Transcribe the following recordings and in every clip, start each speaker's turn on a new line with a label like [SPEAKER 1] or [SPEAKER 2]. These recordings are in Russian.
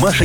[SPEAKER 1] Маша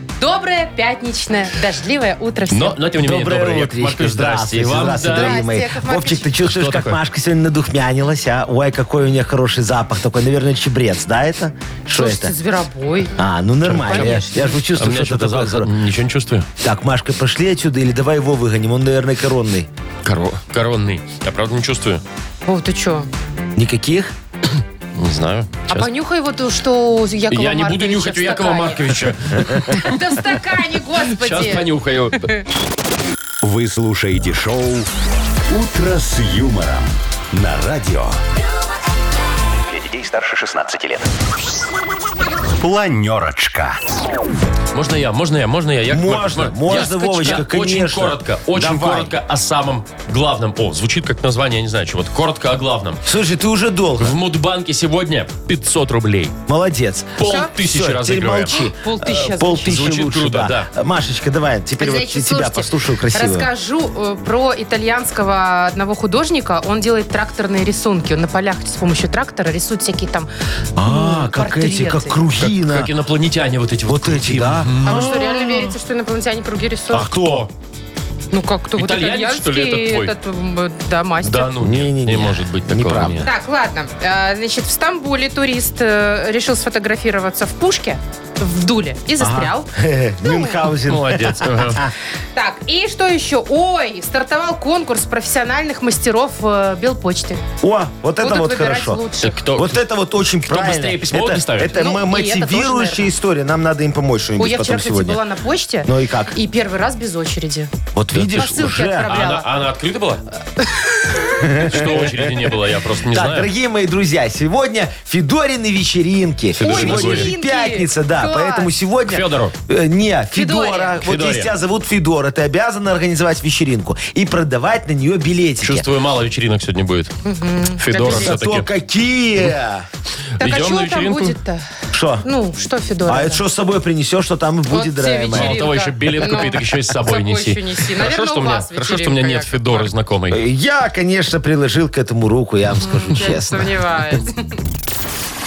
[SPEAKER 2] Доброе пятничное, дождливое утро всем.
[SPEAKER 3] Но, но тем не менее,
[SPEAKER 4] Доброе
[SPEAKER 3] доброе.
[SPEAKER 4] утречко.
[SPEAKER 3] Маркович, здрасте. И
[SPEAKER 4] Здравствуйте,
[SPEAKER 3] вам,
[SPEAKER 4] здравствуйте,
[SPEAKER 3] да.
[SPEAKER 4] дорогие мои.
[SPEAKER 2] Здрасте, Яков Маркович.
[SPEAKER 4] Вовчик, ты чувствуешь,
[SPEAKER 3] Что
[SPEAKER 4] как
[SPEAKER 3] такое?
[SPEAKER 4] Машка сегодня надухмянилась, а? Ой, какой у нее хороший запах. Такой, наверное, чебрец, да, это? Что
[SPEAKER 2] Слушайте,
[SPEAKER 4] это?
[SPEAKER 2] зверобой.
[SPEAKER 4] А, ну нормально. Я, я же
[SPEAKER 3] А у
[SPEAKER 4] чувствую,
[SPEAKER 3] меня
[SPEAKER 4] что
[SPEAKER 3] что-то
[SPEAKER 4] это
[SPEAKER 3] за-
[SPEAKER 4] такое.
[SPEAKER 3] за-
[SPEAKER 4] хоро-
[SPEAKER 3] Ничего не чувствую.
[SPEAKER 4] Так, Машка, пошли отсюда или давай его выгоним. Он, наверное, коронный.
[SPEAKER 3] Коро- Коронный. Я правда не чувствую.
[SPEAKER 2] О, ты что?
[SPEAKER 4] Никаких?
[SPEAKER 3] Не знаю.
[SPEAKER 2] А
[SPEAKER 3] Сейчас.
[SPEAKER 2] понюхай вот то, что у Якова
[SPEAKER 3] Я не буду
[SPEAKER 2] Марковича
[SPEAKER 3] нюхать
[SPEAKER 2] в
[SPEAKER 3] у Якова
[SPEAKER 2] стакане.
[SPEAKER 3] Марковича.
[SPEAKER 2] Да в стакане, господи.
[SPEAKER 3] Сейчас понюхаю.
[SPEAKER 1] Вы слушаете шоу «Утро с юмором» на радио. Для детей старше 16 лет. Планерочка.
[SPEAKER 3] Можно я, можно я, можно я? Яков Маркович,
[SPEAKER 4] Можно, можно,
[SPEAKER 3] Я-
[SPEAKER 4] Вовочка,
[SPEAKER 3] я Очень
[SPEAKER 4] конечно.
[SPEAKER 3] коротко, очень
[SPEAKER 4] Давай.
[SPEAKER 3] коротко о самом главном. О, звучит как название, я не знаю чего. Коротко о главном.
[SPEAKER 4] Слушай, ты уже долго.
[SPEAKER 3] В Мудбанке сегодня 500 рублей.
[SPEAKER 4] Молодец.
[SPEAKER 3] Пол
[SPEAKER 4] Всё,
[SPEAKER 3] тысячи
[SPEAKER 4] теперь
[SPEAKER 3] разыгрываем.
[SPEAKER 4] молчи.
[SPEAKER 2] Полтыщи
[SPEAKER 4] Э, Полтыщи
[SPEAKER 3] звучит.
[SPEAKER 4] лучше,
[SPEAKER 3] Звучит круто,
[SPEAKER 4] да. Машечка, давай, теперь вот
[SPEAKER 2] Значит,
[SPEAKER 4] тебя
[SPEAKER 2] слушайте,
[SPEAKER 4] послушаю красиво.
[SPEAKER 2] Расскажу э, про итальянского одного художника. Он делает тракторные рисунки. Он на полях с помощью трактора рисует всякие там
[SPEAKER 4] А,
[SPEAKER 2] м,
[SPEAKER 4] как эти, как
[SPEAKER 2] портреты.
[SPEAKER 4] круги на...
[SPEAKER 3] Как инопланетяне вот эти вот.
[SPEAKER 4] Вот эти,
[SPEAKER 3] крутые.
[SPEAKER 4] да?
[SPEAKER 2] А вы что, реально верите, что инопланетяне круги рисуют?
[SPEAKER 3] А кто?
[SPEAKER 2] Ну как, кто? Вот
[SPEAKER 3] Итальянец, что ли,
[SPEAKER 2] итальянский
[SPEAKER 3] этот
[SPEAKER 2] этот, м, да, мастер.
[SPEAKER 3] Да, ну не, не,
[SPEAKER 4] Не-не-не.
[SPEAKER 3] может быть такого.
[SPEAKER 4] Неправда.
[SPEAKER 3] нет.
[SPEAKER 2] Так, ладно. А, Значит, в Стамбуле турист э, решил сфотографироваться в пушке, в дуле, и застрял.
[SPEAKER 4] Э,
[SPEAKER 2] Ну,
[SPEAKER 4] Мюнхгаузен.
[SPEAKER 3] Молодец. ага.
[SPEAKER 2] Так, и что еще? Ой, стартовал конкурс профессиональных мастеров э, Белпочты.
[SPEAKER 4] О, вот это
[SPEAKER 2] Будут
[SPEAKER 4] вот
[SPEAKER 2] выбирать
[SPEAKER 4] хорошо.
[SPEAKER 2] лучших.
[SPEAKER 3] Кто-
[SPEAKER 4] Вот это вот очень правильно.
[SPEAKER 3] быстрее письмо
[SPEAKER 4] это,
[SPEAKER 3] доставит?
[SPEAKER 4] это
[SPEAKER 2] Ну,
[SPEAKER 4] мо-
[SPEAKER 2] и это тоже,
[SPEAKER 4] мотивирующая
[SPEAKER 2] наверное.
[SPEAKER 4] история. Нам надо им помочь
[SPEAKER 2] Ой,
[SPEAKER 4] что-нибудь
[SPEAKER 2] я
[SPEAKER 4] потом
[SPEAKER 2] вчера, кстати,
[SPEAKER 4] сегодня.
[SPEAKER 2] была на почте.
[SPEAKER 4] Ну и как?
[SPEAKER 2] И первый раз без очереди.
[SPEAKER 4] Вот видишь,
[SPEAKER 2] Посылки
[SPEAKER 3] А
[SPEAKER 4] уже...
[SPEAKER 3] она,
[SPEAKER 2] отправляла.
[SPEAKER 3] а она открыта была? Что очереди не было, я просто не
[SPEAKER 4] так,
[SPEAKER 3] знаю.
[SPEAKER 4] дорогие мои друзья, сегодня Федорины вечеринки.
[SPEAKER 3] Федорины
[SPEAKER 4] сегодня
[SPEAKER 2] вечеринки.
[SPEAKER 4] пятница, да.
[SPEAKER 2] Класс.
[SPEAKER 4] Поэтому сегодня...
[SPEAKER 3] К Федору.
[SPEAKER 4] Э, не,
[SPEAKER 2] Федоре.
[SPEAKER 4] Федора.
[SPEAKER 3] К
[SPEAKER 4] Вот
[SPEAKER 3] Федоре.
[SPEAKER 4] если тебя зовут Федора, ты обязана организовать вечеринку и продавать на нее билетики.
[SPEAKER 3] Чувствую, мало вечеринок сегодня будет. Федора
[SPEAKER 2] Как
[SPEAKER 4] Зато
[SPEAKER 3] все-таки.
[SPEAKER 4] какие!
[SPEAKER 2] Так а
[SPEAKER 3] Идем
[SPEAKER 2] что
[SPEAKER 3] на
[SPEAKER 2] там
[SPEAKER 3] вечеринку?
[SPEAKER 2] будет-то?
[SPEAKER 4] Что?
[SPEAKER 2] Ну, что, Федор?
[SPEAKER 4] А это что с собой принесешь, что там и
[SPEAKER 2] Вот
[SPEAKER 4] будет,
[SPEAKER 2] те
[SPEAKER 4] дорогая моя?
[SPEAKER 3] Мало
[SPEAKER 2] вечеринки.
[SPEAKER 3] того, еще билет купи, так еще и с собой
[SPEAKER 2] С собой
[SPEAKER 3] неси.
[SPEAKER 2] еще неси. Наверное,
[SPEAKER 3] Хорошо, что
[SPEAKER 2] у
[SPEAKER 3] у меня-
[SPEAKER 2] вас
[SPEAKER 3] хорошо, что у меня
[SPEAKER 2] вечеринка,
[SPEAKER 3] нет
[SPEAKER 2] Яков
[SPEAKER 3] Федоры
[SPEAKER 2] Маркович.
[SPEAKER 3] знакомой.
[SPEAKER 4] Я, конечно, приложил к этому руку, я вам скажу честно.
[SPEAKER 2] Сомневаюсь.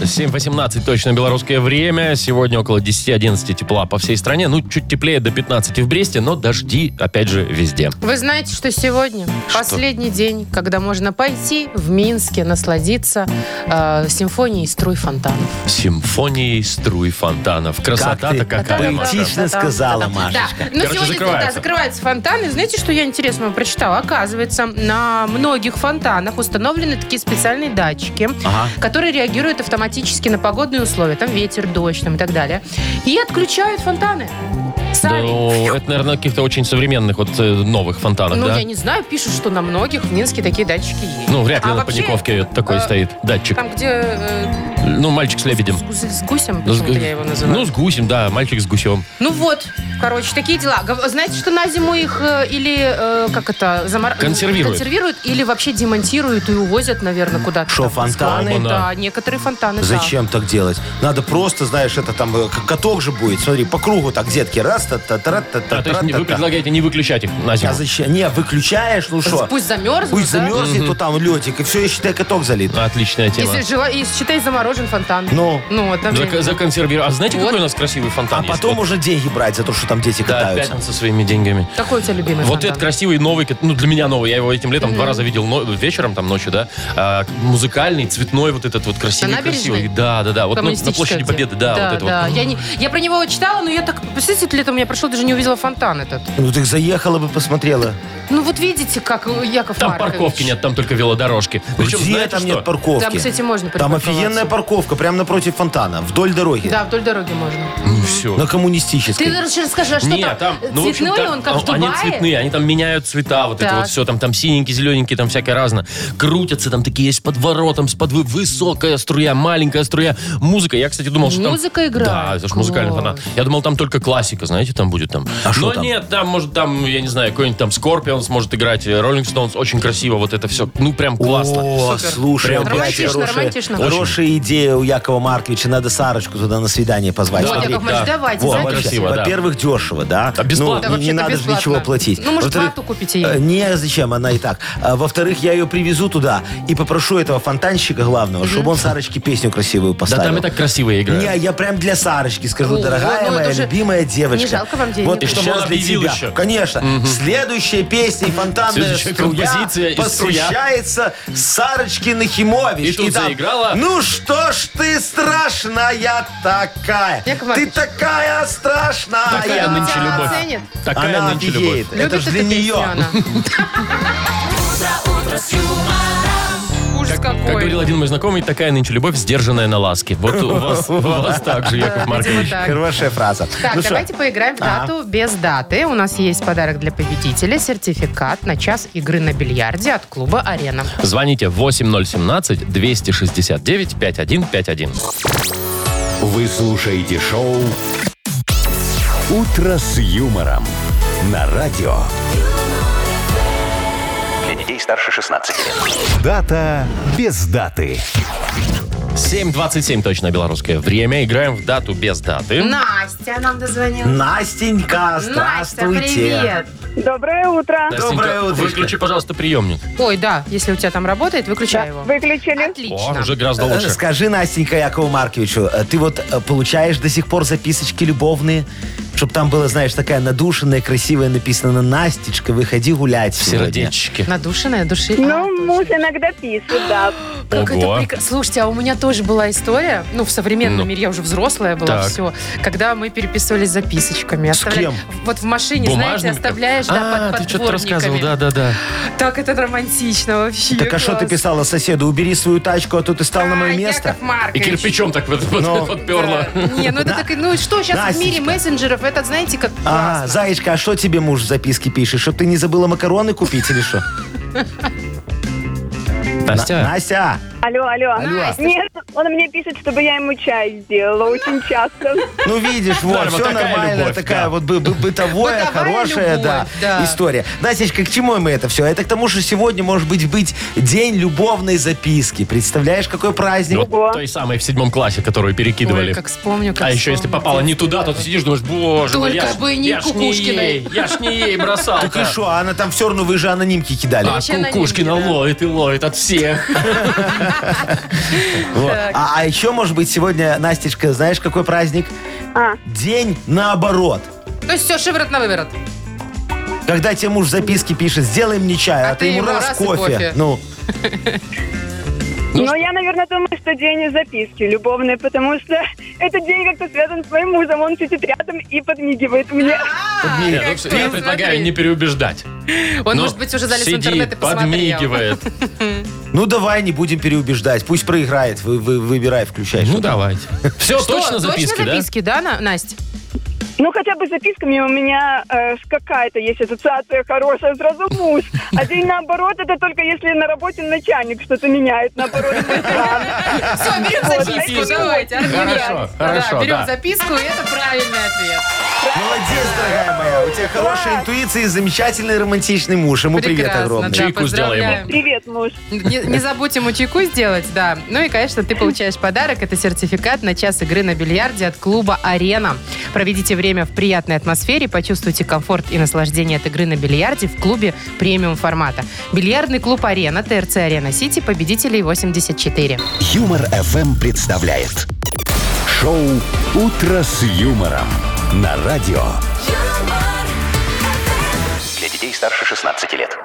[SPEAKER 3] 7.18 точно белорусское время. Сегодня около 10-11 тепла по всей стране. Ну, чуть теплее до 15 в Бресте, но дожди, опять же, везде.
[SPEAKER 2] Вы знаете, что сегодня последний день, когда можно пойти в Минске насладиться э, симфонией струй фонтанов.
[SPEAKER 3] Симфонии струй фонтанов.
[SPEAKER 4] Как
[SPEAKER 3] Красота-то
[SPEAKER 4] ты
[SPEAKER 3] какая, Маша.
[SPEAKER 4] поэтично сказала Машечка.
[SPEAKER 2] Да, но
[SPEAKER 3] Короче,
[SPEAKER 2] сегодня
[SPEAKER 3] закрывается.
[SPEAKER 2] да, закрываются фонтаны. Знаете, что я интересного прочитала? Оказывается, на многих фонтанах установлены такие специальные датчики,
[SPEAKER 4] Ага.
[SPEAKER 2] которые реагируют автоматически на погодные условия. Там ветер, дождь там, и так далее. И отключают фонтаны. Сами.
[SPEAKER 3] Ну, это, наверное, каких-то очень современных, вот э, новых фонтанов,
[SPEAKER 2] Ну,
[SPEAKER 3] да?
[SPEAKER 2] я не знаю, пишут, что на многих в Минске такие датчики есть.
[SPEAKER 3] Ну, вряд ли
[SPEAKER 2] А
[SPEAKER 3] на
[SPEAKER 2] вообще,
[SPEAKER 3] Паниковке такой
[SPEAKER 2] э,
[SPEAKER 3] стоит датчик.
[SPEAKER 2] Там, где э,
[SPEAKER 3] Ну, мальчик с лебедем.
[SPEAKER 2] с, гус- с гусем,
[SPEAKER 3] Ну, с
[SPEAKER 2] почему-то
[SPEAKER 3] гу-
[SPEAKER 2] я его называю.
[SPEAKER 3] Ну, с гусем, да, мальчик с гусем.
[SPEAKER 2] Ну вот, короче, такие дела. Гов- Знаете, что на зиму их э, или, э, как это, замар...
[SPEAKER 3] Консервируют.
[SPEAKER 2] консервируют, или вообще демонтируют и увозят, наверное, куда-то.
[SPEAKER 4] Шо,
[SPEAKER 2] там.
[SPEAKER 4] фонтаны?
[SPEAKER 2] Да, некоторые фонтаны, да.
[SPEAKER 4] Зачем так делать? Надо просто, знаешь, это там э, к- каток же будет. Смотри, по кругу так, детки. Раз, та та та
[SPEAKER 3] Да,
[SPEAKER 4] та та
[SPEAKER 3] А, то есть не- вы
[SPEAKER 4] та
[SPEAKER 3] предлагаете не выключать их на зиму.
[SPEAKER 4] а зачем? Не, выключаешь, ну что?
[SPEAKER 2] Пусть замерзнут,
[SPEAKER 4] Пусть
[SPEAKER 2] да?
[SPEAKER 4] замерзнет, то там летик, и все, я считаю, каток залит.
[SPEAKER 3] Отличная тема.
[SPEAKER 2] Если жела- и считай заморожен фонтан.
[SPEAKER 4] Ну.
[SPEAKER 2] ну одновременно.
[SPEAKER 3] Зак- законсервировать. А знаете,
[SPEAKER 2] Вот.
[SPEAKER 3] какой у нас красивый фонтан
[SPEAKER 4] А
[SPEAKER 3] есть?
[SPEAKER 4] потом
[SPEAKER 3] Вот,
[SPEAKER 4] уже деньги брать за то, что там дети
[SPEAKER 3] да,
[SPEAKER 4] катаются.
[SPEAKER 3] пятница своими деньгами.
[SPEAKER 2] Какой у тебя любимый
[SPEAKER 3] Вот
[SPEAKER 2] фонтан?
[SPEAKER 3] этот красивый новый, кат- ну для меня новый, я его этим летом два раза видел но- вечером, там ночью, да, А, музыкальный, цветной, вот этот вот красивый,
[SPEAKER 2] набережной?
[SPEAKER 3] красивый. Да, да, да, вот ну, на
[SPEAKER 2] Коммунистическая
[SPEAKER 3] площади
[SPEAKER 2] где?
[SPEAKER 3] Победы, да, вот это
[SPEAKER 2] да.
[SPEAKER 3] вот.
[SPEAKER 2] Я, не, я про него читала, но я так, представляете, летом я прошло, даже не увидела фонтан этот.
[SPEAKER 4] Ну так заехала бы, посмотрела.
[SPEAKER 2] Ну вот видите, как э, Яков
[SPEAKER 3] Там
[SPEAKER 2] Маркович.
[SPEAKER 3] парковки нет, там только велодорожки. Причем,
[SPEAKER 4] Ну Где
[SPEAKER 3] знаете
[SPEAKER 4] там
[SPEAKER 3] что?
[SPEAKER 4] нет парковки?
[SPEAKER 2] Там, кстати, можно
[SPEAKER 4] Там офигенная
[SPEAKER 2] припарковаться.
[SPEAKER 4] парковка прямо напротив фонтана, вдоль дороги.
[SPEAKER 2] Да, вдоль дороги можно.
[SPEAKER 3] Ну, все.
[SPEAKER 4] На коммунистической.
[SPEAKER 2] Ты лучше расскажи, а что
[SPEAKER 3] Не,
[SPEAKER 2] там?
[SPEAKER 3] там, ну, в общем,
[SPEAKER 2] Цветной
[SPEAKER 3] там-
[SPEAKER 2] он, как в
[SPEAKER 3] Они
[SPEAKER 2] Дубае?
[SPEAKER 3] цветные, они там меняют цвета, вот это
[SPEAKER 2] Так.
[SPEAKER 3] вот все, там, там синенькие, зелененькие, там всякое разное. Крутятся, там такие есть под воротом, с подвы- высокая струя, маленькая струя, музыка. Я, кстати, думал, что там...
[SPEAKER 2] Музыка играет?
[SPEAKER 3] Да, это же музыкальный
[SPEAKER 2] Класс.
[SPEAKER 3] фанат. Я думал, там только классика, знаете, там будет там. Но
[SPEAKER 4] шо А там?
[SPEAKER 3] нет, там, может, там, я не знаю, какой-нибудь там Скорпионс может играть, э, Роллинг Стоунс, очень красиво вот это все. Ну, прям классно.
[SPEAKER 4] О,
[SPEAKER 2] Супер.
[SPEAKER 4] слушай,
[SPEAKER 3] Прям
[SPEAKER 4] опять
[SPEAKER 2] романтично,
[SPEAKER 4] хорошая,
[SPEAKER 2] романтично.
[SPEAKER 4] хорошая идея у Якова Марковича. Надо Сарочку туда на свидание позвать.
[SPEAKER 2] Вот,
[SPEAKER 3] Да,
[SPEAKER 4] Смотри.
[SPEAKER 2] Яков Маркович,
[SPEAKER 3] да.
[SPEAKER 2] давайте,
[SPEAKER 3] Во,
[SPEAKER 4] Во,
[SPEAKER 2] запишем.
[SPEAKER 3] вообще. красиво, да.
[SPEAKER 4] Во-первых, дешево, да?
[SPEAKER 3] А бесплатно?
[SPEAKER 4] Ну,
[SPEAKER 3] Да,
[SPEAKER 4] не-
[SPEAKER 2] вообще-то
[SPEAKER 4] не надо же
[SPEAKER 2] бесплатно.
[SPEAKER 4] ничего платить.
[SPEAKER 2] Ну, может,
[SPEAKER 4] Во-вторых,
[SPEAKER 2] плату купите ей?
[SPEAKER 4] э, Не, зачем, она и так. А, Во-вторых, я ее привезу туда и попрошу этого фонтанщика главного, чтобы он Сарочке песню красивую
[SPEAKER 3] Да
[SPEAKER 4] поставил.
[SPEAKER 3] там и так красиво играют.
[SPEAKER 4] Не, я прям для Сарочки скажу,
[SPEAKER 2] Ну,
[SPEAKER 4] дорогая
[SPEAKER 2] ну, это
[SPEAKER 4] моя
[SPEAKER 2] же
[SPEAKER 4] любимая девочка.
[SPEAKER 2] не жалко вам денег.
[SPEAKER 4] Вот
[SPEAKER 3] И чтобы
[SPEAKER 4] щас
[SPEAKER 3] он
[SPEAKER 4] для
[SPEAKER 3] объявил
[SPEAKER 4] тебя.
[SPEAKER 3] еще.
[SPEAKER 4] Конечно. Следующая песня и фонтанная
[SPEAKER 3] Следующая композиция
[SPEAKER 4] струя
[SPEAKER 3] и струя.
[SPEAKER 4] посвящается Сарочке Нахимович.
[SPEAKER 3] И тут заиграла.
[SPEAKER 4] Ну что ж ты страшная такая.
[SPEAKER 2] Яков
[SPEAKER 4] ты
[SPEAKER 2] Маркович.
[SPEAKER 4] такая страшная.
[SPEAKER 3] Такая нынче
[SPEAKER 2] Она
[SPEAKER 3] любовь.
[SPEAKER 2] оценит.
[SPEAKER 3] Такая
[SPEAKER 4] Она
[SPEAKER 3] нынче любовь.
[SPEAKER 4] офигеет. э, Это
[SPEAKER 2] Любит
[SPEAKER 4] же для
[SPEAKER 2] эту
[SPEAKER 4] нее.
[SPEAKER 2] песню она. Ужас
[SPEAKER 3] Как
[SPEAKER 2] какой.
[SPEAKER 3] говорил один мой знакомый, такая нынче любовь, сдержанная на ласке. Вот у вас, у вас так же, Яков
[SPEAKER 2] Видимо,
[SPEAKER 3] Маркович.
[SPEAKER 2] так.
[SPEAKER 4] Хорошая фраза.
[SPEAKER 2] Так, а
[SPEAKER 4] Ну что,
[SPEAKER 2] давайте поиграем в дату без даты. У нас есть подарок для победителя. Сертификат на час игры на бильярде от клуба «Арена».
[SPEAKER 3] Звоните 8017-269-5151.
[SPEAKER 1] Вы слушаете шоу «Утро с юмором» на радио.
[SPEAKER 5] Для детей старше 16 лет.
[SPEAKER 1] Дата без даты.
[SPEAKER 3] 7.27 точно белорусское время. Играем в дату без даты.
[SPEAKER 2] Настя нам дозвонила.
[SPEAKER 4] Настенька,
[SPEAKER 2] Настя,
[SPEAKER 4] здравствуйте.
[SPEAKER 2] привет.
[SPEAKER 6] Доброе утро.
[SPEAKER 3] Настенька,
[SPEAKER 4] Доброе утречко.
[SPEAKER 3] Выключи, пожалуйста, приемник.
[SPEAKER 2] Ой, да, если у тебя там работает, выключай его.
[SPEAKER 6] Выключили.
[SPEAKER 3] О,
[SPEAKER 2] Отлично.
[SPEAKER 3] уже гораздо
[SPEAKER 4] Э,
[SPEAKER 3] лучше.
[SPEAKER 4] Скажи, Настенька Якову Марковичу, э, ты вот э, получаешь до сих пор записочки любовные, чтобы там было, знаешь, такая надушенная, красивая, написано «Настечка, выходи гулять сегодня».
[SPEAKER 3] Сердечки.
[SPEAKER 2] Надушенная души.
[SPEAKER 6] Ну, муж иногда пишет, да.
[SPEAKER 2] Как это
[SPEAKER 3] Ого.
[SPEAKER 2] прек- Слушайте, а у меня тоже была история, ну, в современном
[SPEAKER 3] Ну.
[SPEAKER 2] мире, я уже взрослая была,
[SPEAKER 3] Так.
[SPEAKER 2] все, когда мы переписывались записочками. оставляли-
[SPEAKER 4] кем?
[SPEAKER 2] Вот в машине, знаете,
[SPEAKER 3] Бумажными?
[SPEAKER 2] оставляешь, да,
[SPEAKER 3] А,
[SPEAKER 2] под
[SPEAKER 3] ты что-то рассказывал,
[SPEAKER 2] поддворниками.
[SPEAKER 3] да-да-да.
[SPEAKER 2] Так это романтично вообще.
[SPEAKER 4] Так а что ты
[SPEAKER 2] класс.
[SPEAKER 4] писала соседу? Убери свою тачку, а то ты стал на мое
[SPEAKER 2] А,
[SPEAKER 4] место.
[SPEAKER 2] Яков Маркович.
[SPEAKER 3] И кирпичом так вот
[SPEAKER 4] Ну.
[SPEAKER 3] подперла.
[SPEAKER 2] Да. Не, ну это так, и- ну что сейчас в мире
[SPEAKER 4] Настенька.
[SPEAKER 2] мессенджеров, это знаете как
[SPEAKER 4] А,
[SPEAKER 2] классно.
[SPEAKER 4] Заячка, а что тебе муж в записке пишет? Чтоб ты не забыла макароны купить или что? На-
[SPEAKER 3] Настя,
[SPEAKER 4] Настя!
[SPEAKER 6] Алло, алло.
[SPEAKER 2] Настя.
[SPEAKER 6] Нет, он мне пишет, чтобы я ему чай сделала очень часто.
[SPEAKER 4] Ну, видишь, вот,
[SPEAKER 3] Норма,
[SPEAKER 4] все
[SPEAKER 3] такая
[SPEAKER 4] нормально,
[SPEAKER 3] любовь,
[SPEAKER 4] такая
[SPEAKER 3] да.
[SPEAKER 4] вот бы- бы- бытовая,
[SPEAKER 2] Бытовая
[SPEAKER 4] хорошая,
[SPEAKER 2] любовь,
[SPEAKER 4] да,
[SPEAKER 2] да.
[SPEAKER 4] история. Настечка, к чему мы это все? Это к тому, что сегодня может быть быть день любовной записки. Представляешь, какой праздник?
[SPEAKER 3] вот
[SPEAKER 6] Ого.
[SPEAKER 3] ну, той самой в седьмом классе, которую
[SPEAKER 2] Ой,
[SPEAKER 3] перекидывали.
[SPEAKER 2] как вспомню, как
[SPEAKER 3] А еще если
[SPEAKER 2] вспомню.
[SPEAKER 3] попала не туда, то ты сидишь, думаешь, боже, мой, я
[SPEAKER 2] Только
[SPEAKER 3] ж-
[SPEAKER 2] бы не
[SPEAKER 3] я ж
[SPEAKER 2] Кукушкиной.
[SPEAKER 3] ей, я ж не ей бросал.
[SPEAKER 4] Так и что, она там все равно, вы же анонимки кидали.
[SPEAKER 3] А
[SPEAKER 2] Вообще анонимки,
[SPEAKER 3] Кукушкина
[SPEAKER 2] да.
[SPEAKER 3] ловит и ловит от всех.
[SPEAKER 4] Вот. А, а еще, может быть, сегодня, Настечка, знаешь, какой праздник?
[SPEAKER 6] А.
[SPEAKER 4] День наоборот.
[SPEAKER 2] То есть все, Ну шиворот на выворот.
[SPEAKER 4] Когда тебе муж записки пишет, сделай мне чай, а, ты ему раз,
[SPEAKER 2] и
[SPEAKER 4] кофе.
[SPEAKER 2] кофе.
[SPEAKER 4] Ну,
[SPEAKER 6] Но я, наверное, думаю, что день записки любовный, потому что этот день как-то связан с моим мужем. Он сидит рядом и подмигивает мне.
[SPEAKER 3] Не, ну,
[SPEAKER 2] как
[SPEAKER 3] всё,
[SPEAKER 2] ты,
[SPEAKER 3] я
[SPEAKER 2] А, смотри.
[SPEAKER 3] предлагаю не переубеждать.
[SPEAKER 2] Он,
[SPEAKER 3] Ну,
[SPEAKER 2] может быть, уже залез в
[SPEAKER 3] сидит,
[SPEAKER 2] интернет и посмотрел.
[SPEAKER 3] подмигивает.
[SPEAKER 4] ну давай не будем переубеждать. Пусть проиграет. Вы, вы- выбирай, включай.
[SPEAKER 3] Ну
[SPEAKER 4] что-то.
[SPEAKER 3] давайте. Все,
[SPEAKER 2] Что,
[SPEAKER 3] точно записки,
[SPEAKER 2] точно
[SPEAKER 3] да?
[SPEAKER 2] записки, да, На- Настя?
[SPEAKER 6] Ну, хотя бы с записками у меня э, какая-то есть ассоциация хорошая, сразу муж. А день наоборот, это только если на работе начальник что-то меняет, наоборот, мой план.
[SPEAKER 2] Все, берем записку,
[SPEAKER 3] записку.
[SPEAKER 2] давайте. аргумент.
[SPEAKER 3] ну, Хорошо,
[SPEAKER 2] Да,
[SPEAKER 3] хорошо, да.
[SPEAKER 2] Берем записку, и это правильный ответ.
[SPEAKER 4] Молодец, дорогая моя. У тебя хорошая интуиция и замечательный романтичный муж. Ему привет
[SPEAKER 2] Прекрасно,
[SPEAKER 4] огромный.
[SPEAKER 2] да,
[SPEAKER 3] Чайку сделай ему.
[SPEAKER 2] поздравляем.
[SPEAKER 6] Привет, муж.
[SPEAKER 2] Не, не забудь ему чайку сделать, да. Ну и, конечно, ты получаешь подарок. Это сертификат на час игры на бильярде от клуба «Арена». Проведите время в приятной атмосфере, почувствуйте комфорт и наслаждение от игры на бильярде в клубе премиум формата. Бильярдный клуб «Арена», ТРЦ «Арена Сити», победителей 84.
[SPEAKER 1] Юмор FM представляет шоу Утро с юмором на радио.
[SPEAKER 5] Для детей старше 16 лет.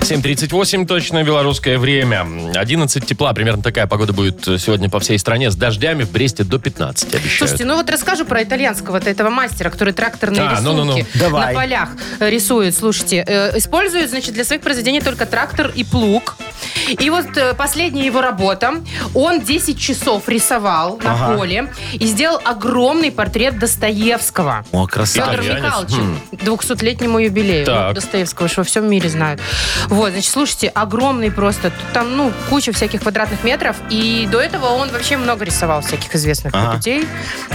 [SPEAKER 3] 7.38, точно белорусское время. 11 тепла, примерно такая погода будет сегодня по всей стране. С дождями в Бресте до 15 обещают.
[SPEAKER 2] Слушайте, ну вот расскажу про итальянского-то этого мастера, который тракторные
[SPEAKER 3] А,
[SPEAKER 2] рисунки
[SPEAKER 3] ну-ну-ну.
[SPEAKER 4] Давай.
[SPEAKER 2] на полях э, рисует. Слушайте, э, использует, значит, для своих произведений только трактор и плуг. И вот э, последняя его работа. Он 10 часов рисовал на
[SPEAKER 4] Ага.
[SPEAKER 2] поле и сделал огромный портрет Достоевского.
[SPEAKER 4] О,
[SPEAKER 2] Федор
[SPEAKER 4] красавчик.
[SPEAKER 3] Итальянец.
[SPEAKER 2] Михайлович,
[SPEAKER 3] Хм.
[SPEAKER 2] 200-летнему юбилею
[SPEAKER 3] Так.
[SPEAKER 2] ну, Достоевского, что во всем мире знают. Вот, значит, слушайте, огромный просто, тут там, ну, куча всяких квадратных метров, и до этого он вообще много рисовал всяких известных
[SPEAKER 4] Ага.
[SPEAKER 2] людей.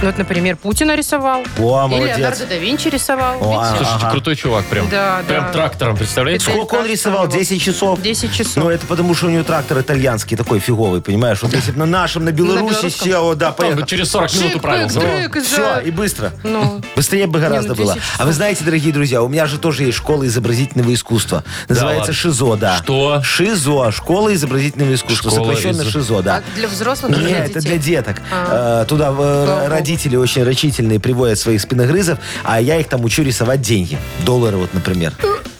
[SPEAKER 2] Вот, например, Путина рисовал.
[SPEAKER 4] О,
[SPEAKER 2] и Леонардо
[SPEAKER 4] молодец.
[SPEAKER 2] да Винчи рисовал.
[SPEAKER 4] О,
[SPEAKER 2] Видите?
[SPEAKER 3] Слушайте,
[SPEAKER 4] Ага.
[SPEAKER 3] крутой чувак прям.
[SPEAKER 2] Да,
[SPEAKER 3] прям
[SPEAKER 2] да.
[SPEAKER 3] трактором, представляете?
[SPEAKER 2] Это-
[SPEAKER 4] Сколько он рисовал? 10 часов?
[SPEAKER 2] 10 часов.
[SPEAKER 4] Ну, это потому, что у него трактор итальянский такой фиговый, понимаешь? Вот если бы на нашем, на Беларуси
[SPEAKER 2] белорусском. Ну,
[SPEAKER 4] сел, да,
[SPEAKER 3] Он бы
[SPEAKER 4] поехал.
[SPEAKER 3] через 40 минут
[SPEAKER 2] Шик, ну,
[SPEAKER 3] управился.
[SPEAKER 2] бык, дрык,
[SPEAKER 4] Все,
[SPEAKER 2] за-
[SPEAKER 4] и быстро.
[SPEAKER 2] Ну,
[SPEAKER 4] Быстрее бы гораздо
[SPEAKER 2] ну,
[SPEAKER 4] было.
[SPEAKER 2] 10 часов.
[SPEAKER 4] А вы знаете, дорогие друзья, у меня же тоже есть школа изобразительного искусства. Называется
[SPEAKER 3] ладно.
[SPEAKER 4] ШИЗО, да.
[SPEAKER 3] Что?
[SPEAKER 4] ШИЗО, школа изобразительного искусства.
[SPEAKER 3] Школа
[SPEAKER 4] Сокращенно
[SPEAKER 3] из-
[SPEAKER 4] ШИЗО, да.
[SPEAKER 2] а для взрослых или
[SPEAKER 4] ну, Нет, это для
[SPEAKER 2] детей?
[SPEAKER 4] деток.
[SPEAKER 2] А.
[SPEAKER 4] Э, Туда э,
[SPEAKER 2] Слава богу.
[SPEAKER 4] родители очень рачительные приводят своих спиногрызов, а я их там учу рисовать деньги. Доллары вот, например.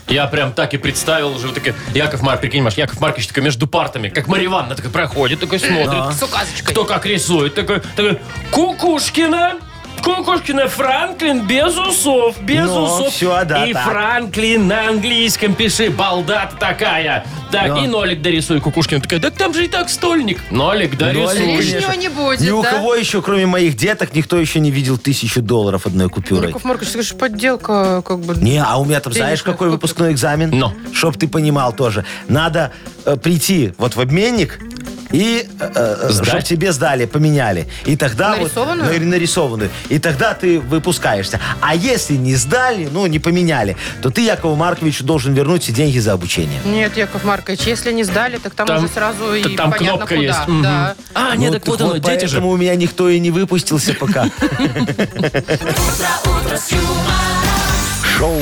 [SPEAKER 3] Я прям так и представил уже. Вот такой, Яков Марк, прикинь, Маш, Яков Маркович такой между партами, как Марья Ивановна, такой проходит, такой смотрит.
[SPEAKER 2] С указочкой.
[SPEAKER 3] Кто как рисует, такой, такой Кукушкина, Кукушкина, Франклин без усов, без
[SPEAKER 4] Ну,
[SPEAKER 3] усов.
[SPEAKER 4] всё, да,
[SPEAKER 3] и
[SPEAKER 4] так.
[SPEAKER 3] Франклин на английском пиши, балда ты такая. Так,
[SPEAKER 4] Да.
[SPEAKER 3] и нолик дорисуй, Кукушкина такая, так там же и так стольник. Нолик дорисуй.
[SPEAKER 4] Нолик,
[SPEAKER 2] Лишнего
[SPEAKER 4] конечно.
[SPEAKER 2] не будет,
[SPEAKER 4] Ни у
[SPEAKER 2] да?
[SPEAKER 4] кого еще, кроме моих деток, никто еще не видел тысячу долларов одной купюрой.
[SPEAKER 2] Яков Маркович, это же подделка, как бы...
[SPEAKER 4] Не, а у меня там, знаешь,
[SPEAKER 2] Денежная
[SPEAKER 4] какой
[SPEAKER 2] купюра.
[SPEAKER 4] выпускной экзамен?
[SPEAKER 3] Но.
[SPEAKER 4] Чтоб ты понимал тоже. Надо э, прийти вот в обменник и э,
[SPEAKER 3] Сдать?
[SPEAKER 4] чтобы тебе сдали, поменяли. И тогда
[SPEAKER 2] Нарисованную?
[SPEAKER 4] вот на- нарисованную. И тогда ты выпускаешься. А если не сдали, ну не поменяли, то ты Якову Марковичу должен вернуть все деньги за обучение.
[SPEAKER 2] Нет, Яков Маркович, если не сдали, так там,
[SPEAKER 3] Там-
[SPEAKER 2] уже сразу
[SPEAKER 3] т-
[SPEAKER 2] и
[SPEAKER 3] там
[SPEAKER 2] понятно
[SPEAKER 3] кнопка
[SPEAKER 2] куда.
[SPEAKER 3] есть.
[SPEAKER 2] Да.
[SPEAKER 3] А, нет, так вот оно, дети же.
[SPEAKER 4] Ну, поэтому у меня никто и не выпустился пока.
[SPEAKER 1] Шоу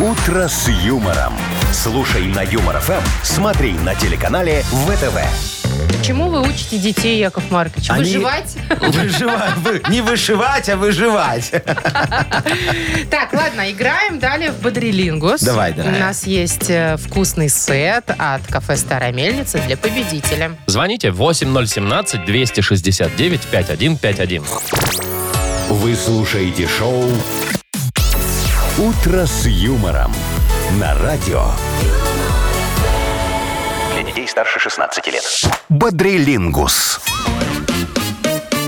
[SPEAKER 1] «Утро с юмором». Слушай на Юмор ФМ, смотри на телеканале ВТВ.
[SPEAKER 2] Чему вы учите детей, Яков Маркович?
[SPEAKER 4] Они-
[SPEAKER 2] Выживать?
[SPEAKER 4] Выживать. вы- Не вышивать, а выживать.
[SPEAKER 2] Так, ладно, играем далее в Бодрилингус.
[SPEAKER 4] Давай, дорогая.
[SPEAKER 2] У нас есть э, вкусный сет от кафе «Старая мельница» для победителя.
[SPEAKER 3] Звоните 8017-269-5151.
[SPEAKER 1] Вы слушаете шоу «Утро с юмором» на радио
[SPEAKER 5] Для детей старше 16 лет.
[SPEAKER 1] «Бодрилингус».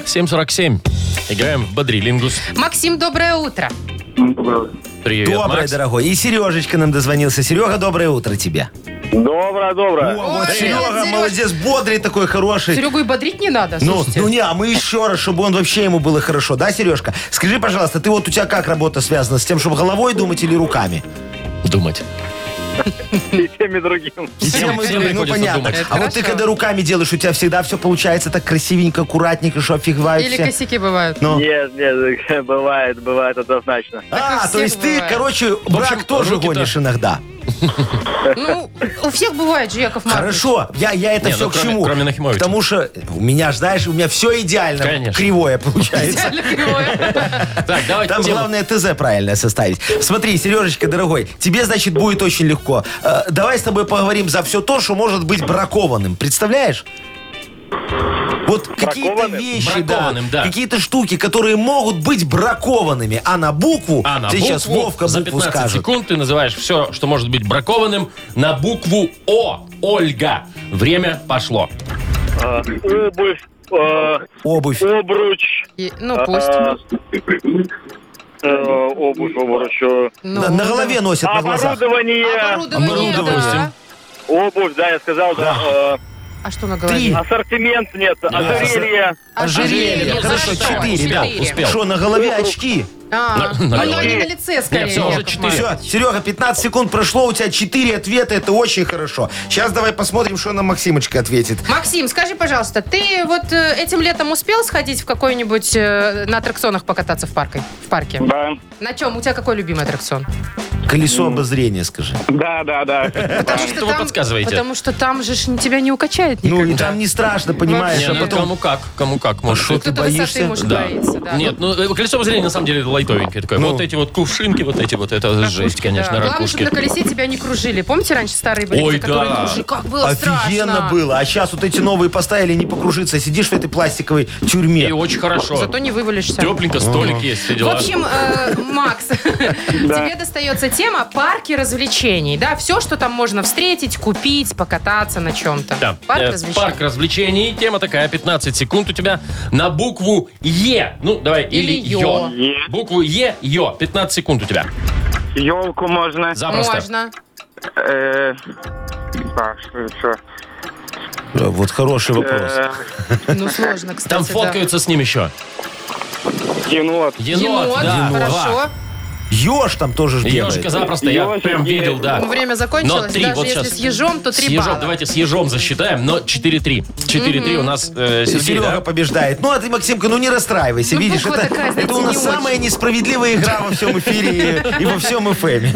[SPEAKER 3] 747. Играем в Бодрилингус.
[SPEAKER 2] Максим, доброе утро.
[SPEAKER 3] Привет,
[SPEAKER 4] Доброе,
[SPEAKER 3] Макс.
[SPEAKER 4] дорогой. И Сережечка нам дозвонился. Серега, доброе утро тебе.
[SPEAKER 7] Доброе, доброе.
[SPEAKER 4] О, вот
[SPEAKER 2] Привет,
[SPEAKER 4] Серега,
[SPEAKER 2] Сереж.
[SPEAKER 4] молодец, бодрый такой, хороший.
[SPEAKER 2] Серегу и бодрить не надо,
[SPEAKER 4] Ну,
[SPEAKER 2] слушайте.
[SPEAKER 4] ну не, а мы еще раз, чтобы он вообще ему было хорошо, да, Сережка? Скажи, пожалуйста, ты вот у тебя как работа связана с тем, чтобы головой думать или руками?
[SPEAKER 3] Думать.
[SPEAKER 7] И тем, и другим.
[SPEAKER 4] И тем, и
[SPEAKER 3] всем
[SPEAKER 4] другим, ну
[SPEAKER 3] приходится
[SPEAKER 4] понятно.
[SPEAKER 3] думать.
[SPEAKER 2] Это
[SPEAKER 4] А вот ты
[SPEAKER 2] хорошо.
[SPEAKER 4] когда руками делаешь, у тебя всегда все получается так красивенько, аккуратненько, что офигевают
[SPEAKER 2] Или
[SPEAKER 4] все.
[SPEAKER 2] косяки бывают.
[SPEAKER 4] Ну.
[SPEAKER 7] Нет, нет, бывает, бывает однозначно.
[SPEAKER 4] А,
[SPEAKER 2] Так и
[SPEAKER 4] то есть
[SPEAKER 2] всех
[SPEAKER 4] ты,
[SPEAKER 2] бывает.
[SPEAKER 4] короче, брак
[SPEAKER 3] общем,
[SPEAKER 4] тоже
[SPEAKER 3] руки-то-
[SPEAKER 4] гонишь иногда.
[SPEAKER 2] Ну, у всех бывает же, Яков Маркович.
[SPEAKER 4] Хорошо, я, я это
[SPEAKER 3] Не, ну,
[SPEAKER 4] все к
[SPEAKER 3] кроме-
[SPEAKER 4] чему?
[SPEAKER 3] кроме Нахимовича.
[SPEAKER 4] Потому что у меня, ж, знаешь, у меня все идеально
[SPEAKER 3] Конечно.
[SPEAKER 4] кривое получается.
[SPEAKER 2] Идеально кривое.
[SPEAKER 3] Так, давайте
[SPEAKER 4] Там
[SPEAKER 3] тему.
[SPEAKER 4] главное ТЗ правильно составить. Смотри, Сережечка, дорогой, тебе, значит, будет очень легко. Э, давай с тобой поговорим за все то, что может быть бракованным. Представляешь? Вот какие-то
[SPEAKER 7] Бракованным?
[SPEAKER 4] вещи,
[SPEAKER 3] Бракованным, да.
[SPEAKER 4] какие-то штуки, которые могут быть бракованными, а на букву
[SPEAKER 3] А на
[SPEAKER 4] тебе
[SPEAKER 3] букву
[SPEAKER 4] сейчас Вовка
[SPEAKER 3] за
[SPEAKER 4] букву
[SPEAKER 3] 15
[SPEAKER 4] скажет.
[SPEAKER 3] секунд ты называешь все, что может быть бракованным, на букву О. Ольга. Время пошло.
[SPEAKER 7] Э, Обувь, э,
[SPEAKER 4] Обувь.
[SPEAKER 7] обруч.
[SPEAKER 2] И- Ну, пусть.
[SPEAKER 3] А,
[SPEAKER 7] э, э, Обувь, обруч. э,
[SPEAKER 2] Ну,
[SPEAKER 4] на, на голове носят, на глазах.
[SPEAKER 7] Оборудование.
[SPEAKER 2] Оборудование, да.
[SPEAKER 3] Оборудование.
[SPEAKER 7] Обувь, да, я сказал, да.
[SPEAKER 2] А что на голове?
[SPEAKER 7] э, Ассортимент нет, ожерелье.
[SPEAKER 4] Ожерелье.
[SPEAKER 2] ну,
[SPEAKER 4] Хорошо,
[SPEAKER 2] за что?
[SPEAKER 4] четыре, да.
[SPEAKER 2] Четыре.
[SPEAKER 3] успел.
[SPEAKER 4] Что, на голове
[SPEAKER 7] ну,
[SPEAKER 4] очки?
[SPEAKER 2] А,
[SPEAKER 3] На- на
[SPEAKER 2] ну,
[SPEAKER 3] голове.
[SPEAKER 2] они на лице скорее.
[SPEAKER 3] всё, уже
[SPEAKER 2] Яков
[SPEAKER 3] четыре.
[SPEAKER 2] Маркович.
[SPEAKER 4] Все, Серега, 15 секунд прошло, у тебя 4 ответа, это очень хорошо. Сейчас давай посмотрим, что нам Максимочка ответит.
[SPEAKER 2] Максим, скажи, пожалуйста, ты вот э, этим летом успел сходить в какой-нибудь э, на аттракционах покататься в парке? В парке?
[SPEAKER 7] Да,
[SPEAKER 2] На чем? У тебя какой любимый аттракцион?
[SPEAKER 4] Колесо
[SPEAKER 2] Ну.
[SPEAKER 4] обозрения, скажи.
[SPEAKER 7] да, да, да.
[SPEAKER 2] Потому
[SPEAKER 3] что вы подсказываете?
[SPEAKER 2] Потому что там же ж тебя не укачает никак.
[SPEAKER 4] Ну, и там не страшно, понимаешь,
[SPEAKER 3] Не,
[SPEAKER 4] а
[SPEAKER 3] ну,
[SPEAKER 4] потом...
[SPEAKER 3] Кому как, кому как. может
[SPEAKER 4] шо
[SPEAKER 3] быть.
[SPEAKER 4] ты
[SPEAKER 2] Кто-то высоты
[SPEAKER 4] боишься?
[SPEAKER 2] может
[SPEAKER 3] А Ну, Да.
[SPEAKER 2] боится, да.
[SPEAKER 3] Нет, ну э, колесо зрения на самом деле лайтовенькое такое.
[SPEAKER 4] Ну.
[SPEAKER 3] Вот эти вот кувшинки, вот эти вот, это жесть,
[SPEAKER 2] Ракушки,
[SPEAKER 3] конечно,
[SPEAKER 2] да. Главное,
[SPEAKER 3] ракушки.
[SPEAKER 2] чтобы на колесе тебя не кружили. Помните раньше старые были?
[SPEAKER 3] Ой,
[SPEAKER 2] те, которые
[SPEAKER 3] да.
[SPEAKER 2] кружили? Как было
[SPEAKER 4] Офигенно
[SPEAKER 2] страшно.
[SPEAKER 4] было. А сейчас вот эти новые поставили, не покружиться. Сидишь в этой пластиковой
[SPEAKER 3] И
[SPEAKER 4] тюрьме.
[SPEAKER 3] очень хорошо.
[SPEAKER 2] Зато не вывалишься.
[SPEAKER 3] Тепленько, столик есть, все
[SPEAKER 2] В
[SPEAKER 3] дела.
[SPEAKER 2] общем, э, Макс, тебе достается Тема парки развлечений, да, все, что там можно встретить, купить, покататься на чем-то.
[SPEAKER 3] Да.
[SPEAKER 2] Парк
[SPEAKER 3] Э,
[SPEAKER 2] развлечений.
[SPEAKER 3] Парк развлечений. Тема такая, 15 секунд у тебя на букву Е. Ну, давай, или,
[SPEAKER 2] Или
[SPEAKER 3] Ё.
[SPEAKER 2] Ё.
[SPEAKER 7] Е.
[SPEAKER 3] Букву Е, Ё. 15 секунд у тебя.
[SPEAKER 7] Елку можно.
[SPEAKER 3] Запросто.
[SPEAKER 2] Можно.
[SPEAKER 7] Э, а, что еще?
[SPEAKER 4] Э, Вот хороший вопрос.
[SPEAKER 7] Э,
[SPEAKER 2] Ну, сложно, кстати.
[SPEAKER 3] Там
[SPEAKER 2] да.
[SPEAKER 3] фоткаются с ним еще.
[SPEAKER 7] Э, енот.
[SPEAKER 3] Енот,
[SPEAKER 2] Енот,
[SPEAKER 3] да.
[SPEAKER 2] Ну хорошо.
[SPEAKER 4] Еж там тоже ж
[SPEAKER 3] Ежика
[SPEAKER 4] бегает.
[SPEAKER 3] запросто, я
[SPEAKER 7] Ёжик
[SPEAKER 3] прям
[SPEAKER 7] есть.
[SPEAKER 3] видел, да.
[SPEAKER 2] Ну, Время
[SPEAKER 3] Но
[SPEAKER 2] закончилось.
[SPEAKER 3] три,
[SPEAKER 2] Даже
[SPEAKER 3] вот
[SPEAKER 2] если
[SPEAKER 3] сейчас.
[SPEAKER 2] с ежом, то три
[SPEAKER 3] с ежом,
[SPEAKER 2] балла.
[SPEAKER 3] давайте с ежом засчитаем, но 4-3. 4-3 у нас э, Сергей,
[SPEAKER 4] Серега
[SPEAKER 3] да?
[SPEAKER 4] побеждает. Ну, а ты, Максимка, ну не расстраивайся,
[SPEAKER 2] Ну,
[SPEAKER 4] видишь,
[SPEAKER 2] буква
[SPEAKER 4] это,
[SPEAKER 2] такая, знаете,
[SPEAKER 4] это у нас
[SPEAKER 2] не
[SPEAKER 4] самая
[SPEAKER 2] очень.
[SPEAKER 4] несправедливая игра во всем эфире и, и во всем эфеме.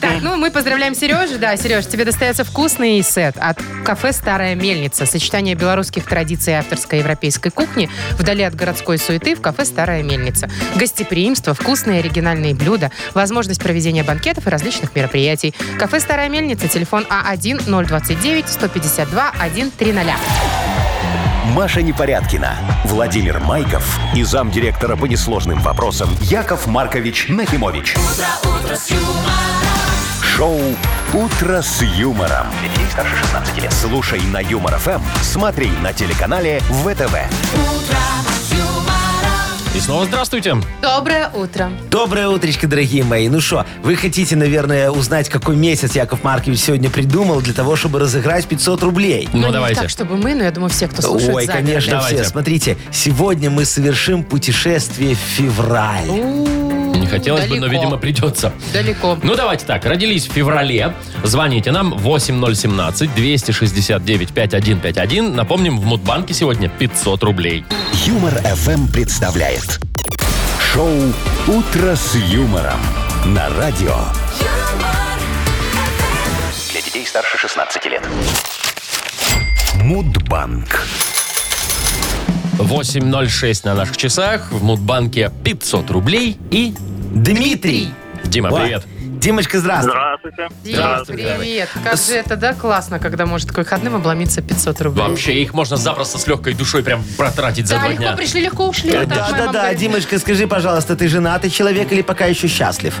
[SPEAKER 2] Так, ну мы поздравляем Сережу. Да, Сереж, тебе достается вкусный сет от кафе «Старая мельница». Сочетание белорусских традиций и авторской европейской кухни вдали от городской суеты в кафе «Старая мельница». Гостеприимство, вкусные оригинальные блюда, возможность проведения банкетов и различных мероприятий. Кафе «Старая мельница», телефон А А1-029-152-130.
[SPEAKER 1] Маша Непорядкина, Владимир Майков и замдиректора по несложным вопросам Яков Маркович Нахимович. Шоу Утро с юмором. Для детей старше 16 лет. Слушай на юмор ФМ, смотри на телеканале ВТВ.
[SPEAKER 3] И снова
[SPEAKER 2] Ну,
[SPEAKER 3] здравствуйте.
[SPEAKER 2] Доброе утро.
[SPEAKER 4] Доброе утречко, дорогие мои. Ну что, вы хотите, наверное, узнать, какой месяц Яков Маркович сегодня придумал для того, чтобы разыграть 500 рублей?
[SPEAKER 3] Ну,
[SPEAKER 2] не
[SPEAKER 3] давайте.
[SPEAKER 2] так, чтобы мы, но я думаю, все, кто слушает,
[SPEAKER 4] Ой,
[SPEAKER 2] заняты.
[SPEAKER 4] конечно,
[SPEAKER 3] Давайте.
[SPEAKER 4] все. Смотрите, сегодня мы совершим путешествие в февраль.
[SPEAKER 2] У,
[SPEAKER 3] Не хотелось бы, но,
[SPEAKER 2] далеко,
[SPEAKER 3] видимо, придется.
[SPEAKER 2] Далеко.
[SPEAKER 3] Ну, давайте так. Родились в феврале. Звоните нам 8017-269-5151. Напомним, в Мудбанке сегодня 500 рублей.
[SPEAKER 1] Юмор ФМ представляет. Шоу Утро с юмором на радио.
[SPEAKER 5] Для детей старше 16 лет.
[SPEAKER 1] Мудбанк.
[SPEAKER 3] 8.06 на наших часах. В Мудбанке 500 рублей. И,
[SPEAKER 4] Дмитрий.
[SPEAKER 3] Дима,
[SPEAKER 4] Во.
[SPEAKER 3] привет.
[SPEAKER 4] Димочка, здравствуй.
[SPEAKER 7] Здравствуйте.
[SPEAKER 2] Дима, привет. Как же это, да, классно, когда может к выходным обломиться 500 рублей.
[SPEAKER 3] Вообще, их можно запросто с легкой душой прям протратить за
[SPEAKER 2] Да,
[SPEAKER 3] два
[SPEAKER 2] легко
[SPEAKER 3] дня.
[SPEAKER 2] пришли, легко ушли. Вот так
[SPEAKER 4] Да,
[SPEAKER 2] моя
[SPEAKER 4] да,
[SPEAKER 2] мама
[SPEAKER 4] да.
[SPEAKER 2] говорит.
[SPEAKER 4] Димочка, скажи, пожалуйста, ты женатый человек или пока еще счастлив?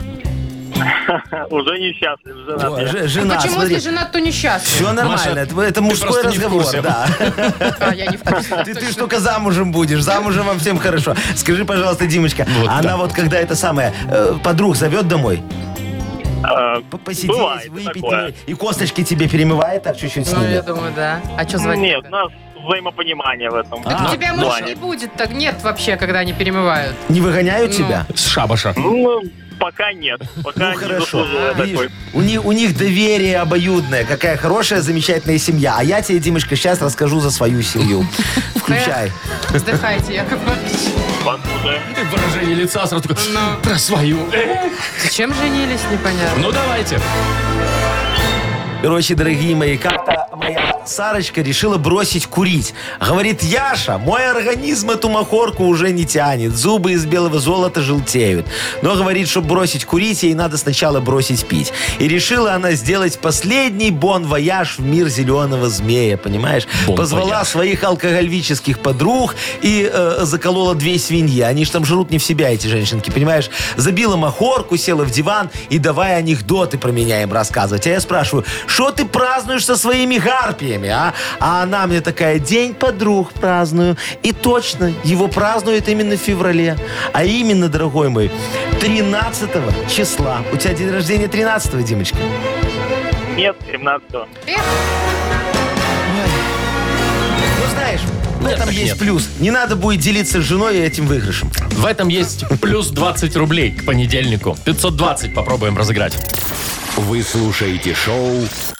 [SPEAKER 7] Уже несчастлив, женат.
[SPEAKER 4] О, ж-
[SPEAKER 2] Ну,
[SPEAKER 4] жена,
[SPEAKER 2] Почему,
[SPEAKER 4] смотри.
[SPEAKER 2] если женат, то несчастлив?
[SPEAKER 4] Все нормально,
[SPEAKER 3] Маша,
[SPEAKER 4] это, это
[SPEAKER 3] просто
[SPEAKER 4] мужской
[SPEAKER 3] не в
[SPEAKER 4] разговор,
[SPEAKER 3] курсе.
[SPEAKER 4] да.
[SPEAKER 2] А, я не в курсе.
[SPEAKER 4] Ты, ты ж
[SPEAKER 2] Точно.
[SPEAKER 4] только замужем будешь, замужем вам всем хорошо. Скажи, пожалуйста, Димочка,
[SPEAKER 3] Вот
[SPEAKER 4] она
[SPEAKER 3] да.
[SPEAKER 4] вот когда это самое, э, подруг зовет домой,
[SPEAKER 7] А,
[SPEAKER 4] п- посидеть,
[SPEAKER 7] Бывает
[SPEAKER 4] выпить,
[SPEAKER 7] такое.
[SPEAKER 4] и косточки тебе перемывает так чуть-чуть с
[SPEAKER 2] Ну, я
[SPEAKER 4] ними.
[SPEAKER 2] думаю, да. А что звонить?
[SPEAKER 7] Нет, у нас взаимопонимание в этом.
[SPEAKER 3] А,
[SPEAKER 2] Так тебя, может,
[SPEAKER 3] ну,
[SPEAKER 7] плане.
[SPEAKER 2] не будет. Так нет вообще, когда они перемывают.
[SPEAKER 4] Не выгоняют
[SPEAKER 2] Ну.
[SPEAKER 4] тебя?
[SPEAKER 3] С шабаша.
[SPEAKER 7] Ну, пока нет. Пока
[SPEAKER 4] Ну
[SPEAKER 7] не
[SPEAKER 4] хорошо.
[SPEAKER 7] заслужила
[SPEAKER 4] Видишь,
[SPEAKER 7] такой.
[SPEAKER 4] у, них, у них доверие обоюдное. Какая хорошая, замечательная семья. А я тебе, Димочка, сейчас расскажу за свою семью. Включай.
[SPEAKER 2] Вздыхайте, Яков Маркович.
[SPEAKER 7] Послушаем.
[SPEAKER 3] Выражение лица сразу такое, про свою.
[SPEAKER 2] Зачем женились, непонятно.
[SPEAKER 3] Ну, давайте.
[SPEAKER 4] Короче, дорогие мои, как-то моя Сарочка решила бросить курить. Говорит, Яша, мой организм эту махорку уже не тянет. Зубы из белого золота желтеют. Но говорит, чтобы бросить курить, ей надо сначала бросить пить. И решила она сделать последний бон-вояж в мир зеленого змея, понимаешь?
[SPEAKER 3] Бон-вояж.
[SPEAKER 4] Позвала своих алкогольвических подруг и э, заколола две свиньи. Они ж там жрут не в себя, эти женщинки, понимаешь? Забила махорку, села в диван и давай анекдоты про меня им рассказывать. А я спрашиваю, что ты празднуешь со своими гарпиями, а? А она мне такая, день подруг праздную. И точно, его празднуют именно в феврале. А именно, дорогой мой, 13 числа. У тебя день рождения 13 Димочка?
[SPEAKER 7] Нет, 17-го.
[SPEAKER 4] Ну, знаешь, в
[SPEAKER 3] Нет,
[SPEAKER 4] этом
[SPEAKER 3] так
[SPEAKER 4] есть
[SPEAKER 3] нет.
[SPEAKER 4] плюс. Не надо будет делиться с женой этим выигрышем.
[SPEAKER 3] В этом есть плюс 20 рублей к понедельнику. 520 попробуем разыграть.
[SPEAKER 1] Вы слушаете шоу